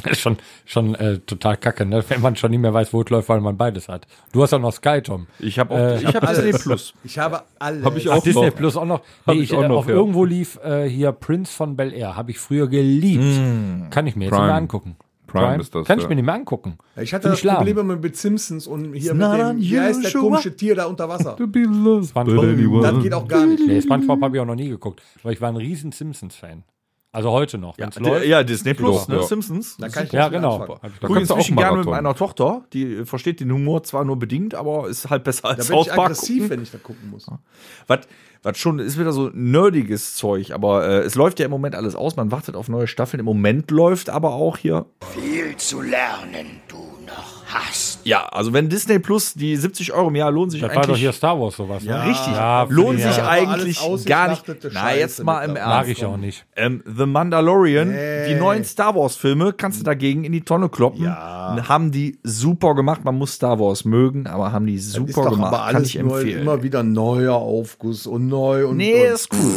S2: Ist schon, schon äh, total kacke, ne? wenn man schon nicht mehr weiß, wo es läuft, weil man beides hat. Du hast ja noch Sky, Tom.
S4: Ich habe auch ich hab
S3: alles.
S4: Disney Plus.
S3: Ich habe alle.
S1: Hab ich
S2: Ach,
S1: auch
S2: Disney
S1: noch.
S2: Plus auch noch. Nee, ich,
S1: ich auch
S2: äh,
S1: noch,
S2: auf
S1: ja.
S2: irgendwo lief äh, hier Prince von Bel Air. Habe ich früher geliebt. Kann ich mir
S1: Mm.
S2: jetzt nicht mehr
S1: Prime.
S2: angucken.
S1: Prime ist das,
S2: Kann ich
S1: ja.
S2: mir nicht mehr angucken.
S3: Ich hatte
S2: Bin
S3: das
S2: ich lahm.
S3: Problem immer mit Simpsons und hier mit
S4: not
S3: dem, wie heißt der
S4: unusual.
S3: komische Tier da unter Wasser?
S2: SpongeBob,
S3: Das geht auch gar nicht.
S2: nee, SpongeBob habe ich auch noch nie geguckt. Aber ich war ein riesen Simpsons-Fan. Also heute noch. Wenn's
S4: D-
S2: läuft.
S4: Ja, Disney Plus,
S1: Doch,
S4: ne?
S1: ja.
S4: Simpsons.
S3: Da kann ich
S2: Ja,
S3: nicht mit
S2: genau.
S3: anfangen.
S2: Hab ich
S1: Da
S4: Guck
S1: kannst du auch
S4: inzwischen gerne mit
S1: Marathon.
S4: meiner Tochter, die äh, versteht den Humor zwar nur bedingt, aber ist halt besser
S3: Da
S4: als
S3: bin
S4: South
S3: ich
S4: Park. Ah,
S3: aggressiv, wenn ich da gucken muss.
S4: Was, was schon ist wieder so nerdiges Zeug, aber äh, es läuft ja im Moment alles aus, man wartet auf neue Staffeln. Im Moment läuft aber auch hier.
S7: Viel zu lernen du noch hast.
S4: Ja, also wenn Disney Plus die 70 Euro im Jahr lohnen sich
S2: Das war doch
S4: eigentlich.
S2: hier Star Wars sowas. ne?
S4: Ja, richtig.
S2: Ja,
S4: lohnt
S2: ja.
S4: sich
S3: Aber
S4: eigentlich
S3: alles
S4: gar nicht.
S3: ausgeschlachtete
S4: Na, jetzt
S3: Scheiße
S4: mal im
S3: mittlerweile.
S2: Mag
S4: Ernst.
S2: ich auch nicht.
S4: Ähm, The Mandalorian,
S3: Nee. Hm.
S4: die neuen Star Wars Filme, kannst du dagegen in die Tonne kloppen. Haben die super gemacht. Man muss Star Wars mögen, aber haben die
S3: Ist
S4: super
S3: doch
S4: gemacht.
S3: aber
S4: Kann
S3: alles
S4: ich
S3: neu,
S4: empfehlen.
S3: immer wieder neuer Aufguss und neu und.
S4: nee,
S3: und.
S4: ist cool.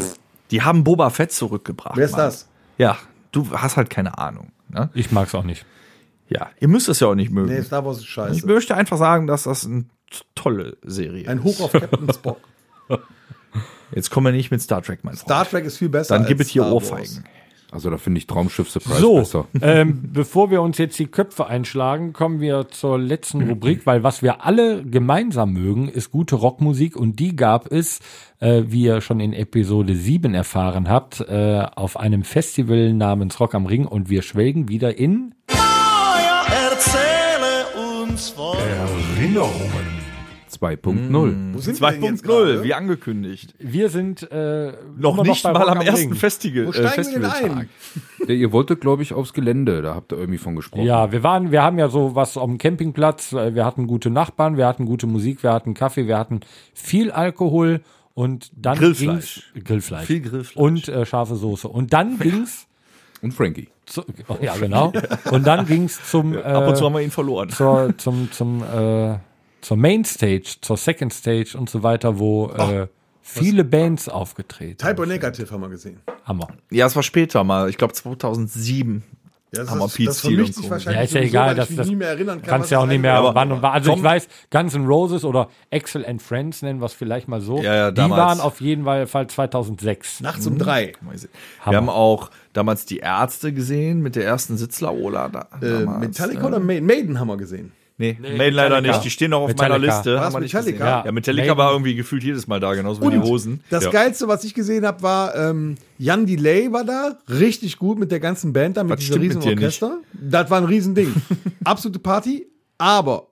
S4: Die haben Boba Fett zurückgebracht.
S3: Wer ist
S4: Mann.
S3: das?
S4: Ja, du hast halt keine Ahnung. Ne?
S2: Ich mag es auch nicht.
S4: Ja, ihr müsst es ja auch nicht mögen.
S3: Nee, Star Wars ist
S4: ich
S3: scheiße.
S4: möchte einfach sagen, dass das eine tolle Serie
S3: Ein
S4: ist.
S3: Hoch auf Captain Spock.
S4: Jetzt kommen wir nicht mit Star Trek, mein Freund.
S3: Star Trek ist viel besser.
S4: Dann
S3: als
S4: gibt es hier
S3: Star Wars.
S4: Ohrfeigen.
S1: Also da finde ich Traumschiff Surprise
S2: So,
S1: besser.
S2: ähm, bevor wir uns jetzt die Köpfe einschlagen, kommen wir zur letzten Rubrik, weil was wir alle gemeinsam mögen, ist gute Rockmusik und die gab es, äh, wie ihr schon in Episode 7 erfahren habt, äh, auf einem Festival namens Rock am Ring und wir schwelgen wieder in
S5: Erinnerungen.
S1: 2.0.
S3: Wo sind wir denn jetzt
S4: 2.0,
S3: gerade?
S4: wie angekündigt.
S2: wir sind äh,
S4: Noch
S2: immer
S4: nicht
S2: bei
S4: mal
S2: Rock
S4: am ersten
S2: Ring.
S4: Festival.
S3: Wo
S4: äh,
S3: steigen wir denn
S4: Festivaltag.
S3: ein?
S1: Ja, ihr wolltet, glaube ich, aufs Gelände. Da habt ihr irgendwie von gesprochen.
S2: Ja, wir waren, wir haben ja so was am Campingplatz. äh, Wir hatten gute Nachbarn, wir hatten gute Musik, wir hatten Kaffee, wir hatten viel Alkohol und dann
S4: Grillfleisch.
S2: ging's Grillfleisch,
S4: Viel Grillfleisch.
S2: und äh, scharfe Soße. Und dann ging's,
S1: Und Frankie.
S2: zu, oh, ja genau. Und dann ging's zum
S4: Ab und zu
S2: äh,
S4: haben wir ihn verloren.
S2: zur, zum zum äh, zur Mainstage, zur Second Stage und so weiter, wo äh, viele Bands aufgetreten.
S3: Type O Negative haben wir gesehen.
S2: Hammer.
S4: Ja, es war später mal. Ich glaube 2007.
S3: Ja, das,
S4: Aber
S3: ist,
S4: Pete
S3: das
S4: Steele
S3: vermischt
S4: und
S3: sich
S4: Co.
S3: wahrscheinlich
S2: Ja, ist ja
S3: sowieso,
S2: egal,
S3: weil
S2: dass
S3: ich mich
S2: das
S3: nie mehr erinnern kann. was
S2: Kannst ja auch
S3: das
S2: nicht mehr,
S3: eigentlich war.
S2: wann und wann. Also ich
S4: komm.
S2: weiß, Guns N' Roses oder Axel and Friends nennen wir es vielleicht mal so.
S4: Ja, ja,
S2: die
S4: damals.
S2: waren auf jeden Fall 2006.
S3: Nachts
S4: Mhm.
S3: um drei.
S4: Wir haben auch damals die Ärzte gesehen mit der ersten Sitzlaola. Da,
S3: Äh,
S4: damals,
S3: Metallica
S4: ne?
S3: oder Maiden? Maiden haben wir gesehen.
S4: Nee, Maiden leider
S2: Metallica.
S4: nicht. Die stehen noch auf meiner
S2: Metallica.
S4: Liste.
S3: War's
S4: Haben wir nicht
S3: Metallica?
S4: gesehen. Ja,
S2: Ja,
S4: Metallica
S2: Maiden.
S4: war irgendwie gefühlt jedes Mal da, genauso wie die Hosen.
S3: Das
S4: ja.
S3: Geilste, was ich gesehen habe, war, ähm, Jan Delay war da, richtig gut mit der ganzen Band da, mit
S4: Was
S3: diesem
S4: stimmt
S3: riesen
S4: mit dir nicht?
S3: Orchester. Das war ein Riesending. Absolute Party, aber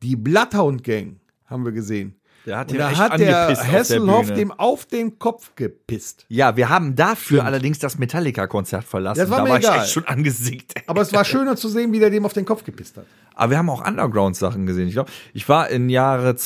S3: die Bloodhound Gang haben wir gesehen.
S4: Der hat
S3: Und
S4: den
S3: da
S4: echt
S3: hat der
S4: angepisst auf der
S3: Hasselhoff
S4: Bühne.
S3: dem auf den Kopf gepisst.
S4: Ja, wir haben dafür allerdings das Metallica-Konzert verlassen.
S3: Das war
S4: da
S3: mir
S4: war ich
S3: egal.
S4: echt schon angesickt.
S3: Aber es war schöner zu sehen, wie der dem auf den Kopf gepisst hat.
S4: Aber wir haben auch Underground-Sachen gesehen. Ich glaube, ich war im Jahre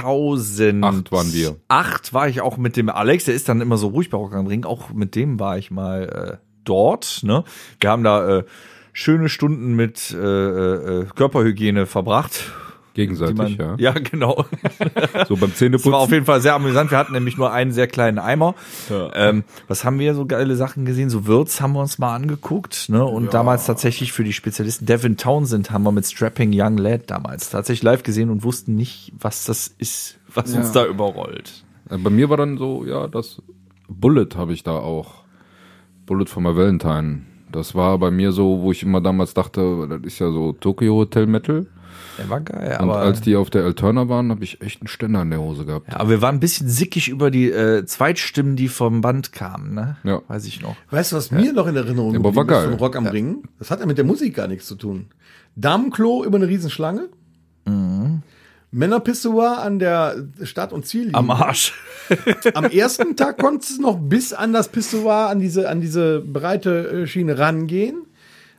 S4: 2000.
S1: Acht waren wir.
S4: Acht war ich auch mit dem Alex, der ist dann immer so ruhig bei Rock am Ring. Auch mit dem war ich mal äh, dort. Ne? Wir haben da äh, schöne Stunden mit äh, äh, Körperhygiene verbracht.
S1: Gegenseitig,
S4: Man-
S1: ja.
S4: ja, genau.
S1: So beim
S4: Das war auf
S1: Zähneputzen.
S4: jeden Fall sehr amüsant. Wir hatten nämlich nur einen sehr kleinen Eimer. Ähm, was haben wir so geile Sachen gesehen? So Wirts haben wir uns mal angeguckt. Ne? Und damals tatsächlich für die Spezialisten Devin Townsend haben wir mit Strapping Young Lad damals tatsächlich live gesehen und wussten nicht, was das ist, was uns da überrollt.
S1: Äh, Bei mir war dann so, ja, das Bullet habe ich da auch. Bullet von my Valentine. Das war bei mir so, wo ich immer damals dachte, das ist ja so Tokyo Hotel Metal.
S4: Der war geil,
S1: Und
S4: aber.
S1: als die auf der Alterna waren, habe ich echt einen Ständer in der Hose gehabt.
S4: ja, aber wir waren ein bisschen sickig über die äh, Zweitstimmen, die vom Band kamen, ne?
S1: Ja.
S4: Weiß ich noch.
S3: Weißt du, was mir noch in Erinnerung
S1: Ja, aber
S3: geblieben
S1: war
S3: ist
S1: geil.
S3: zum Rock am Ring? Das hat ja mit der Musik gar nichts zu tun. Damenklo über eine Riesenschlange. Männerpissoir an der Start- und Ziellinie.
S4: Am Arsch.
S3: Am ersten Tag konntest du noch bis an das Pissoir, an diese, an diese breite äh, Schiene rangehen.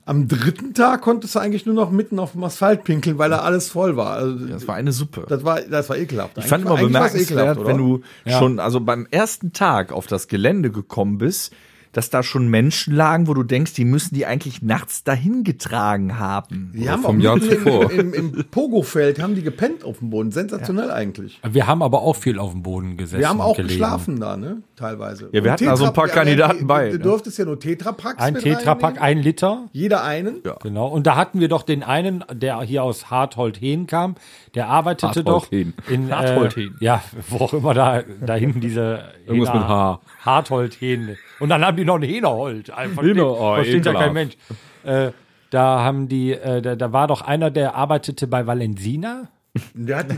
S3: Am dritten Tag konntest du eigentlich nur noch mitten auf dem Asphalt pinkeln, weil da alles voll war. Also,
S4: Das war eine Suppe.
S3: das war, das war ekelhaft.
S4: Ich fand immer bemerkenswert, wenn du
S2: Ja.
S4: schon, also beim ersten Tag auf das Gelände gekommen bist, dass da schon Menschen lagen, wo du denkst, die müssen die eigentlich nachts dahin getragen haben.
S3: Die haben
S1: vom
S3: auch
S1: Jahr
S3: mitten im-
S1: zuvor.
S3: Im, im Pogo-Feld haben die gepennt auf dem Boden. Sensationell eigentlich.
S2: Wir haben aber auch viel auf dem Boden gesessen.
S3: Wir haben
S2: und
S3: auch
S2: gelegen.
S3: geschlafen da, ne? Teilweise.
S4: Ja, wir
S3: Und
S4: hatten da so ein paar
S3: Tetra-
S4: Kandidaten
S3: du-
S4: bei,
S3: Du
S4: ne?
S3: durftest ja nur Tetrapacks
S2: Ein
S3: mit
S2: Tetrapack, ein
S3: reinnehmen.
S2: Liter.
S3: Jeder einen. Ja.
S2: Genau. Und da hatten wir doch den einen, der hier aus Harthold-Hehn kam, der arbeitete
S1: Harthold
S2: doch
S1: Hehn.
S2: in
S4: Harthold-Hehn.
S2: Äh, ja, wo auch immer da, da hinten diese
S1: Irgendwas
S2: Hähner-
S1: mit H.
S2: Harthold-Hehn. Und dann haben die noch einen Hähnerhold. Einfach
S1: Hähner- oh,
S2: versteht ja kein
S1: ekelhaft.
S2: Mensch. Äh, da haben die, äh, da, da war doch einer, der arbeitete bei Valensina
S3: Der hat die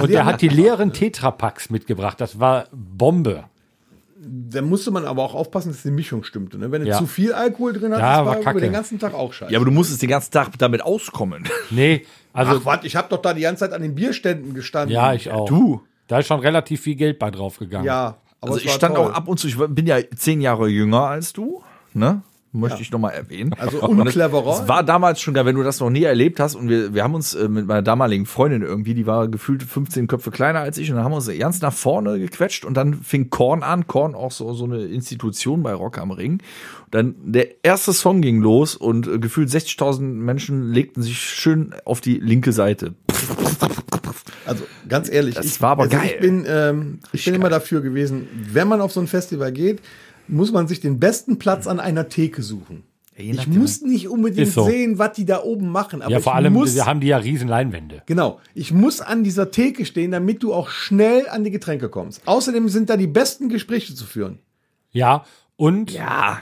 S2: und der hat die leeren Tetrapacks mitgebracht. Das war Bombe.
S3: Da musste man aber auch aufpassen, dass die Mischung stimmte. Ne? Wenn du
S2: Ja.
S3: zu viel Alkohol drin hattest,
S2: Ja, war
S3: über
S2: kacke.
S3: den ganzen Tag auch scheiße.
S4: Ja, aber du musstest den ganzen Tag damit auskommen.
S2: Nee, also
S3: Ach, warte, ich habe doch da die ganze Zeit an den Bierständen gestanden.
S2: ja, ich auch.
S4: Du.
S2: Da ist schon relativ viel Geld bei draufgegangen.
S3: Ja, aber
S4: Also
S3: es
S4: ich
S3: war
S4: stand
S3: toll.
S4: auch ab und zu, ich war- bin ja zehn Jahre jünger als du, ne? Möchte ich nochmal erwähnen.
S3: Also
S4: Und es-
S3: uncleverer.
S4: Es war damals schon geil, wenn du das noch nie erlebt hast. Und wir, wir haben uns äh, mit meiner damaligen Freundin irgendwie, die war gefühlt 15 Köpfe kleiner als ich, und dann haben wir uns ganz nach vorne gequetscht und dann fing Korn an. Korn auch so, so eine Institution bei Rock am Ring. Und dann der erste Song ging los und äh, gefühlt 60.000 Menschen legten sich schön auf die linke Seite.
S3: Also ganz ehrlich,
S4: Das war aber geil.
S3: Ich bin, ähm, ich bin immer dafür gewesen, wenn man auf so ein Festival geht, muss man sich den besten Platz an einer Theke suchen. ich muss nicht unbedingt
S2: Ist so.
S3: sehen, was die da oben machen, aber
S2: Ja, vor
S3: ich
S2: allem
S3: muss,
S2: wir haben die ja riesen Leinwände.
S3: genau, ich muss an dieser Theke stehen, damit du auch schnell an die Getränke kommst. Außerdem sind da die besten Gespräche zu führen.
S2: Ja, und ja,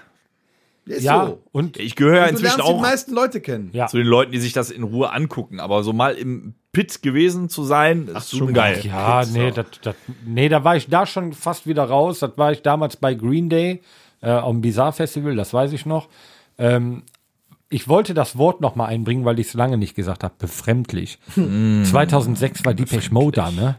S4: Ja,
S3: Ist so.
S2: und
S4: ich gehöre
S3: Du lernst
S4: inzwischen
S3: die
S4: auch
S3: meisten Leute kennen.
S2: ja.
S4: zu den Leuten, die sich das in Ruhe angucken. Aber so mal im Pit gewesen zu sein, ist schon geil.
S2: Ja, nee, das, das, nee, da war ich da schon fast wieder raus. Das war ich damals bei Green Day äh, am Bizarre Festival, das weiß ich noch. Ähm, ich wollte das Wort noch mal einbringen, weil ich es lange nicht gesagt habe. Befremdlich. 2006 war Deepesh Mode da, ne?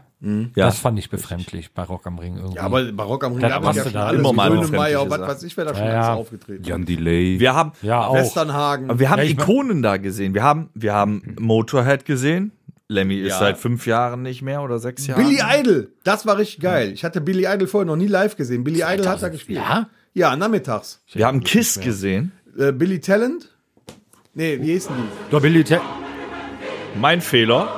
S2: Das fand ich befremdlich bei Rock am Ring irgendwie.
S3: Ja, aber Barock am Ring
S2: Da
S3: gab es
S2: passte
S3: ja schon
S2: da
S3: alles.
S4: immer mal
S3: Grönemeyer,
S4: fremdliche
S3: was
S4: Sachen.
S3: weiß ich, wer da schon
S2: Ja,
S3: alles
S2: ja.
S3: aufgetreten ist.
S1: Jan Delay.
S4: Wir haben,
S2: ja, auch.
S3: Westernhagen.
S4: Aber wir haben
S2: Ja, ich mein- Hm.
S4: Ikonen da gesehen. Wir haben, wir haben Motorhead gesehen. Lemmy ist seit fünf Jahren nicht mehr oder sechs Jahren.
S3: Billy Idol, das war richtig geil. Ich hatte Billy Idol vorher noch nie live gesehen. Billy Idol hat da gespielt. Ja? Ja, nachmittags.
S4: wir haben Kiss gesehen.
S3: Äh, Billy Talent? Nee, wie hießen die?
S2: Da will die Te-
S4: Mein Fehler.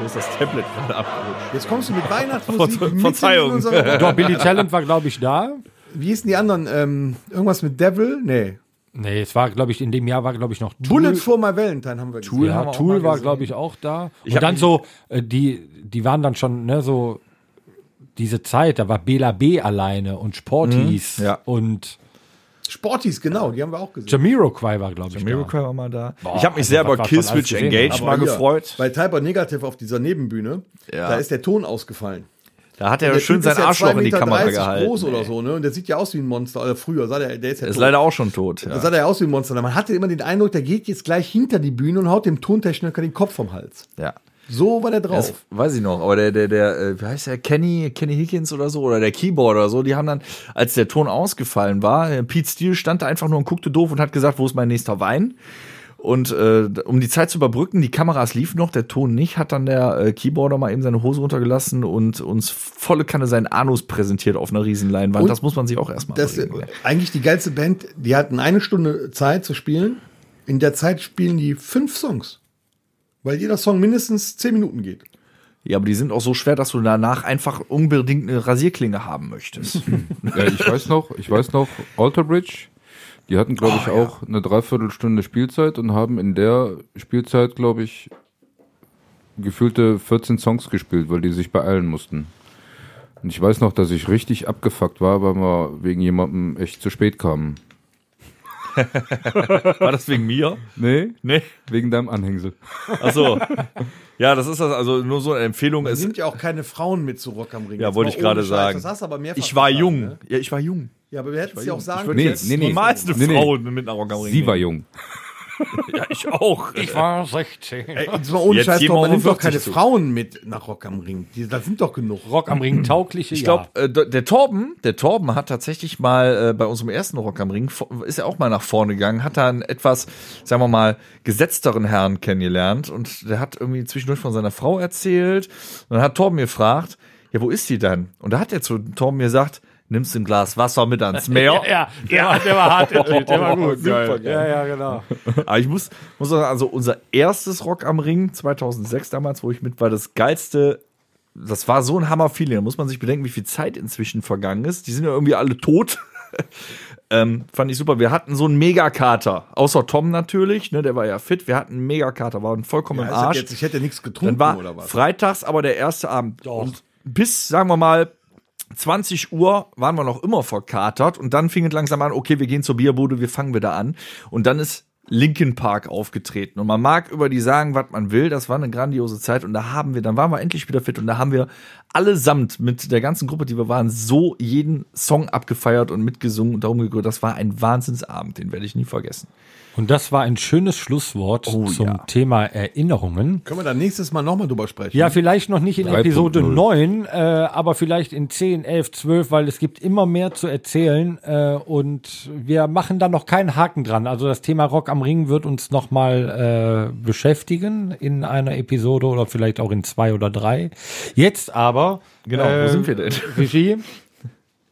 S4: Wo ist das Tablet gerade abgerutscht?
S3: Jetzt kommst du mit Weihnachtsmusik.
S4: Ver-
S3: mitten
S4: Verzeihung.
S3: in unsere-
S2: Doch, Billy Talent war, glaube ich, da.
S3: Wie hießen die anderen? Ähm, irgendwas mit Devil? Nee.
S2: Nee, es war, glaube ich, in dem Jahr war, glaube ich, noch Tool.
S3: Bullet for my Valentine haben wir gesehen.
S2: ja,
S4: haben wir auch
S2: Tool
S4: mal
S2: war,
S4: gesehen.
S2: glaube ich, auch da.
S4: hab
S2: und dann
S4: mich-
S2: so, äh, die, die waren dann schon, ne, so diese Zeit, da war Bela B alleine und Sporties
S4: ja.
S2: und
S3: Sporties, genau, die haben wir auch gesehen.
S2: Jamiroquai war, glaube ich, da.
S4: Miracle war mal da. ich habe mich
S2: also
S4: sehr
S2: was
S4: über
S2: wir
S4: Kill
S2: schon alles
S4: Switch
S2: gesehen
S4: Engage
S2: haben.
S4: mal
S3: Aber hier,
S4: gefreut.
S3: Bei Typer Negative auf dieser Nebenbühne,
S4: Ja.
S3: da ist der Ton ausgefallen.
S4: Da hat er
S3: Der
S4: schön
S3: Typ ist
S4: sein
S3: ja
S4: Arschloch in die
S3: 2,30
S4: Kamera gehalten.
S3: groß oder so, ne? Und der sieht ja aus wie ein Monster. Oder früher sah der, der ist ja
S4: Er ist
S3: tot.
S4: leider auch schon tot. Ja.
S3: Das sah der aus wie ein Monster. Man hatte immer den Eindruck, der geht jetzt gleich hinter die Bühne und haut dem Tontechniker den Kopf vom Hals.
S4: ja.
S3: So war der
S4: Das
S3: drauf.
S4: weiß ich noch, aber der, der, der, äh, wie heißt der, Kenny, Kenny Higgins oder so, oder der Keyboarder oder so, die haben dann, als der Ton ausgefallen war, äh, Pete Steele stand da einfach nur und guckte doof und hat gesagt, wo ist mein nächster Wein? Und äh, um die Zeit zu überbrücken, die Kameras liefen noch, der Ton nicht, hat dann der äh, Keyboarder mal eben seine Hose runtergelassen und uns volle Kanne seinen Anus präsentiert auf einer Riesenleinwand.
S3: Und
S4: das äh, muss man sich auch erstmal
S3: Das, äh,
S4: bringen.
S3: eigentlich die geilste Band, die hatten eine Stunde Zeit zu spielen. In der Zeit spielen die fünf Songs. Weil jeder Song mindestens zehn Minuten geht.
S4: Ja, aber die sind auch so schwer, dass du danach einfach unbedingt eine Rasierklinge haben möchtest.
S1: Ja, Äh, ich weiß noch, ich weiß noch, Alter Bridge, die hatten, glaube ich, auch eine Dreiviertelstunde Spielzeit und haben in der Spielzeit, glaube ich, gefühlte 14 Songs gespielt, weil die sich beeilen mussten. Und ich weiß noch, dass ich richtig abgefuckt war, weil wir wegen jemandem echt zu spät kamen.
S4: War das wegen mir?
S1: Nee,
S4: Nee.
S1: wegen deinem Anhängsel.
S4: Ach so. Ja, das ist das, also nur so eine Empfehlung.
S3: Es
S4: Es,
S3: sind ja auch keine Frauen mit zu Rock am Ring.
S4: Ja,
S3: Jetzt
S4: wollte
S3: mal
S4: ich
S3: ohne
S4: gerade
S3: Scheiß,
S4: sagen.
S3: Das hast du aber mehrfach
S4: ich war
S3: gesagt,
S4: jung.
S3: ne?
S4: Ja, ich war jung.
S3: Ja, aber wir hätten es ja auch sagen
S1: Nee,
S3: können.
S1: nee, nee.
S4: Niemals eine
S1: Nee, nee.
S4: Frau mit einer Rock am Ring.
S1: Sie war jung.
S4: Ja, ich auch.
S2: Ich war 16.
S3: Ey, jetzt mal ohne
S4: Jetzt
S3: Scheiß,
S4: gehen wir
S3: doch,
S4: auf
S3: man nimmt doch
S4: 40
S3: keine
S4: zu.
S3: Frauen mit nach Rock am Ring. Die, da sind doch genug.
S2: Rock am Ring taugliche,
S4: Ich glaube, äh, d- der Torben, der Torben hat tatsächlich mal äh, bei unserem ersten Rock am Ring, vo- ist er auch mal nach vorne gegangen, hat da einen etwas, sagen wir mal, gesetzteren Herrn kennengelernt und der hat irgendwie zwischendurch von seiner Frau erzählt. Und dann hat Torben gefragt, ja, wo ist die dann? Und da hat er zu Torben gesagt, nimmst ein Glas Wasser mit ans Meer.
S2: ja. Ja, der, War, der war hart, der Typ, der war gut.
S4: Supergeil.
S2: Ja, ja, genau.
S4: Aber ich muss, muss sagen, also unser erstes Rock am Ring 2006 damals, wo ich mit war, das geilste. Das war so ein Hammer-Feeling. Da muss man sich bedenken, wie viel Zeit inzwischen vergangen ist. Die sind ja irgendwie alle tot. ähm, fand ich super. Wir hatten so einen Megakater. Außer Tom natürlich, ne, der war ja fit. Wir hatten einen Megakater, waren vollkommen im
S3: Ja,
S4: Arsch.
S3: ist das jetzt, ich hätte nichts getrunken
S4: Dann war
S3: oder was.
S4: freitags aber der erste Abend. Und bis, sagen wir mal, 20 Uhr waren wir noch immer verkatert und dann fing es langsam an, okay, wir gehen zur Bierbude, wir fangen wieder an. Und dann ist Linkin Park aufgetreten und man mag über die sagen, was man will, das war eine grandiose Zeit und da haben wir, dann waren wir endlich wieder fit und da haben wir allesamt mit der ganzen Gruppe, die wir waren, so jeden Song abgefeiert und mitgesungen und darum gegrüßt, das war ein Wahnsinnsabend, den werde ich nie vergessen.
S2: Und das war ein schönes Schlusswort zum Thema Erinnerungen.
S3: Können wir dann nächstes Mal nochmal drüber sprechen?
S2: Ja, vielleicht noch nicht in
S1: 3.0.
S2: Episode 9, äh, aber vielleicht in 10, 11, 12, weil es gibt immer mehr zu erzählen äh, und wir machen da noch keinen Haken dran. Also das Thema Rock am Ring wird uns nochmal äh, beschäftigen in einer Episode oder vielleicht auch in zwei oder drei. Jetzt aber... äh,
S4: Genau, wo sind wir denn?
S2: Regie?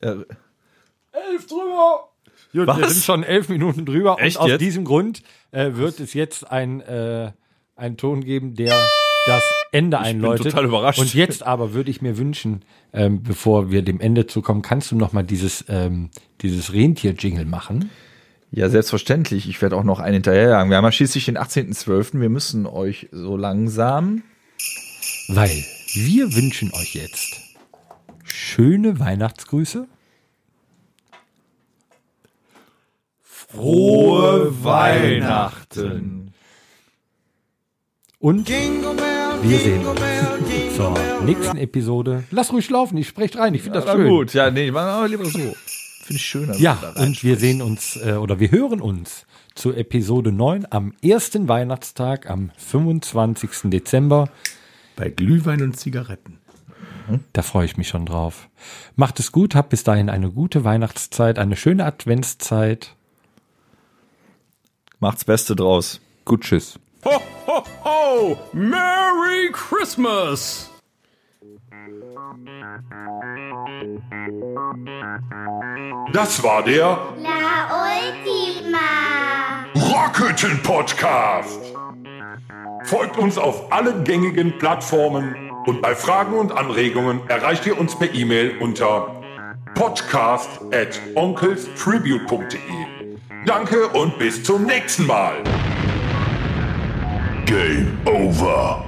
S4: Äh,
S2: Elf drüber! Gut, wir
S4: Was?
S2: sind schon elf Minuten drüber
S4: Echt
S2: und aus
S4: jetzt?
S2: diesem Grund äh, wird es jetzt ein, äh, einen Ton geben, der das Ende einläutet.
S4: total überrascht.
S2: Und jetzt aber würde ich mir wünschen, ähm, bevor wir dem Ende zukommen, kannst du noch mal dieses, ähm, dieses Rentier-Jingle machen?
S4: Ja, selbstverständlich. Ich werde auch noch einen hinterherjagen. Wir haben ja schließlich den 18.12. Wir müssen euch so langsam.
S2: Weil wir wünschen euch jetzt schöne Weihnachtsgrüße.
S4: Frohe Weihnachten!
S2: Und wir sehen uns zur nächsten Episode. Lass ruhig laufen, ich spreche rein, ich finde das
S4: Na
S2: schön.
S4: gut, ja, nee, machen wir lieber so. Finde ich schöner. wenn wir
S2: Ja,
S4: da rein-
S2: und wir sehen uns äh, oder wir hören uns zu Episode 9 am ersten Weihnachtstag am 25. Dezember.
S3: Bei Glühwein und Zigaretten.
S2: Da freue ich mich schon drauf. Macht es gut, habt bis dahin eine gute Weihnachtszeit, eine schöne Adventszeit.
S4: Macht's Beste draus.
S1: Gut, tschüss.
S11: Merry Christmas!
S8: Das war der
S6: La Ultima.
S8: Rockhütten Podcast. Folgt uns auf allen gängigen Plattformen und bei Fragen und Anregungen erreicht ihr uns per E-Mail unter podcast at onkelstribute.de. Danke und bis zum nächsten Mal. Game over.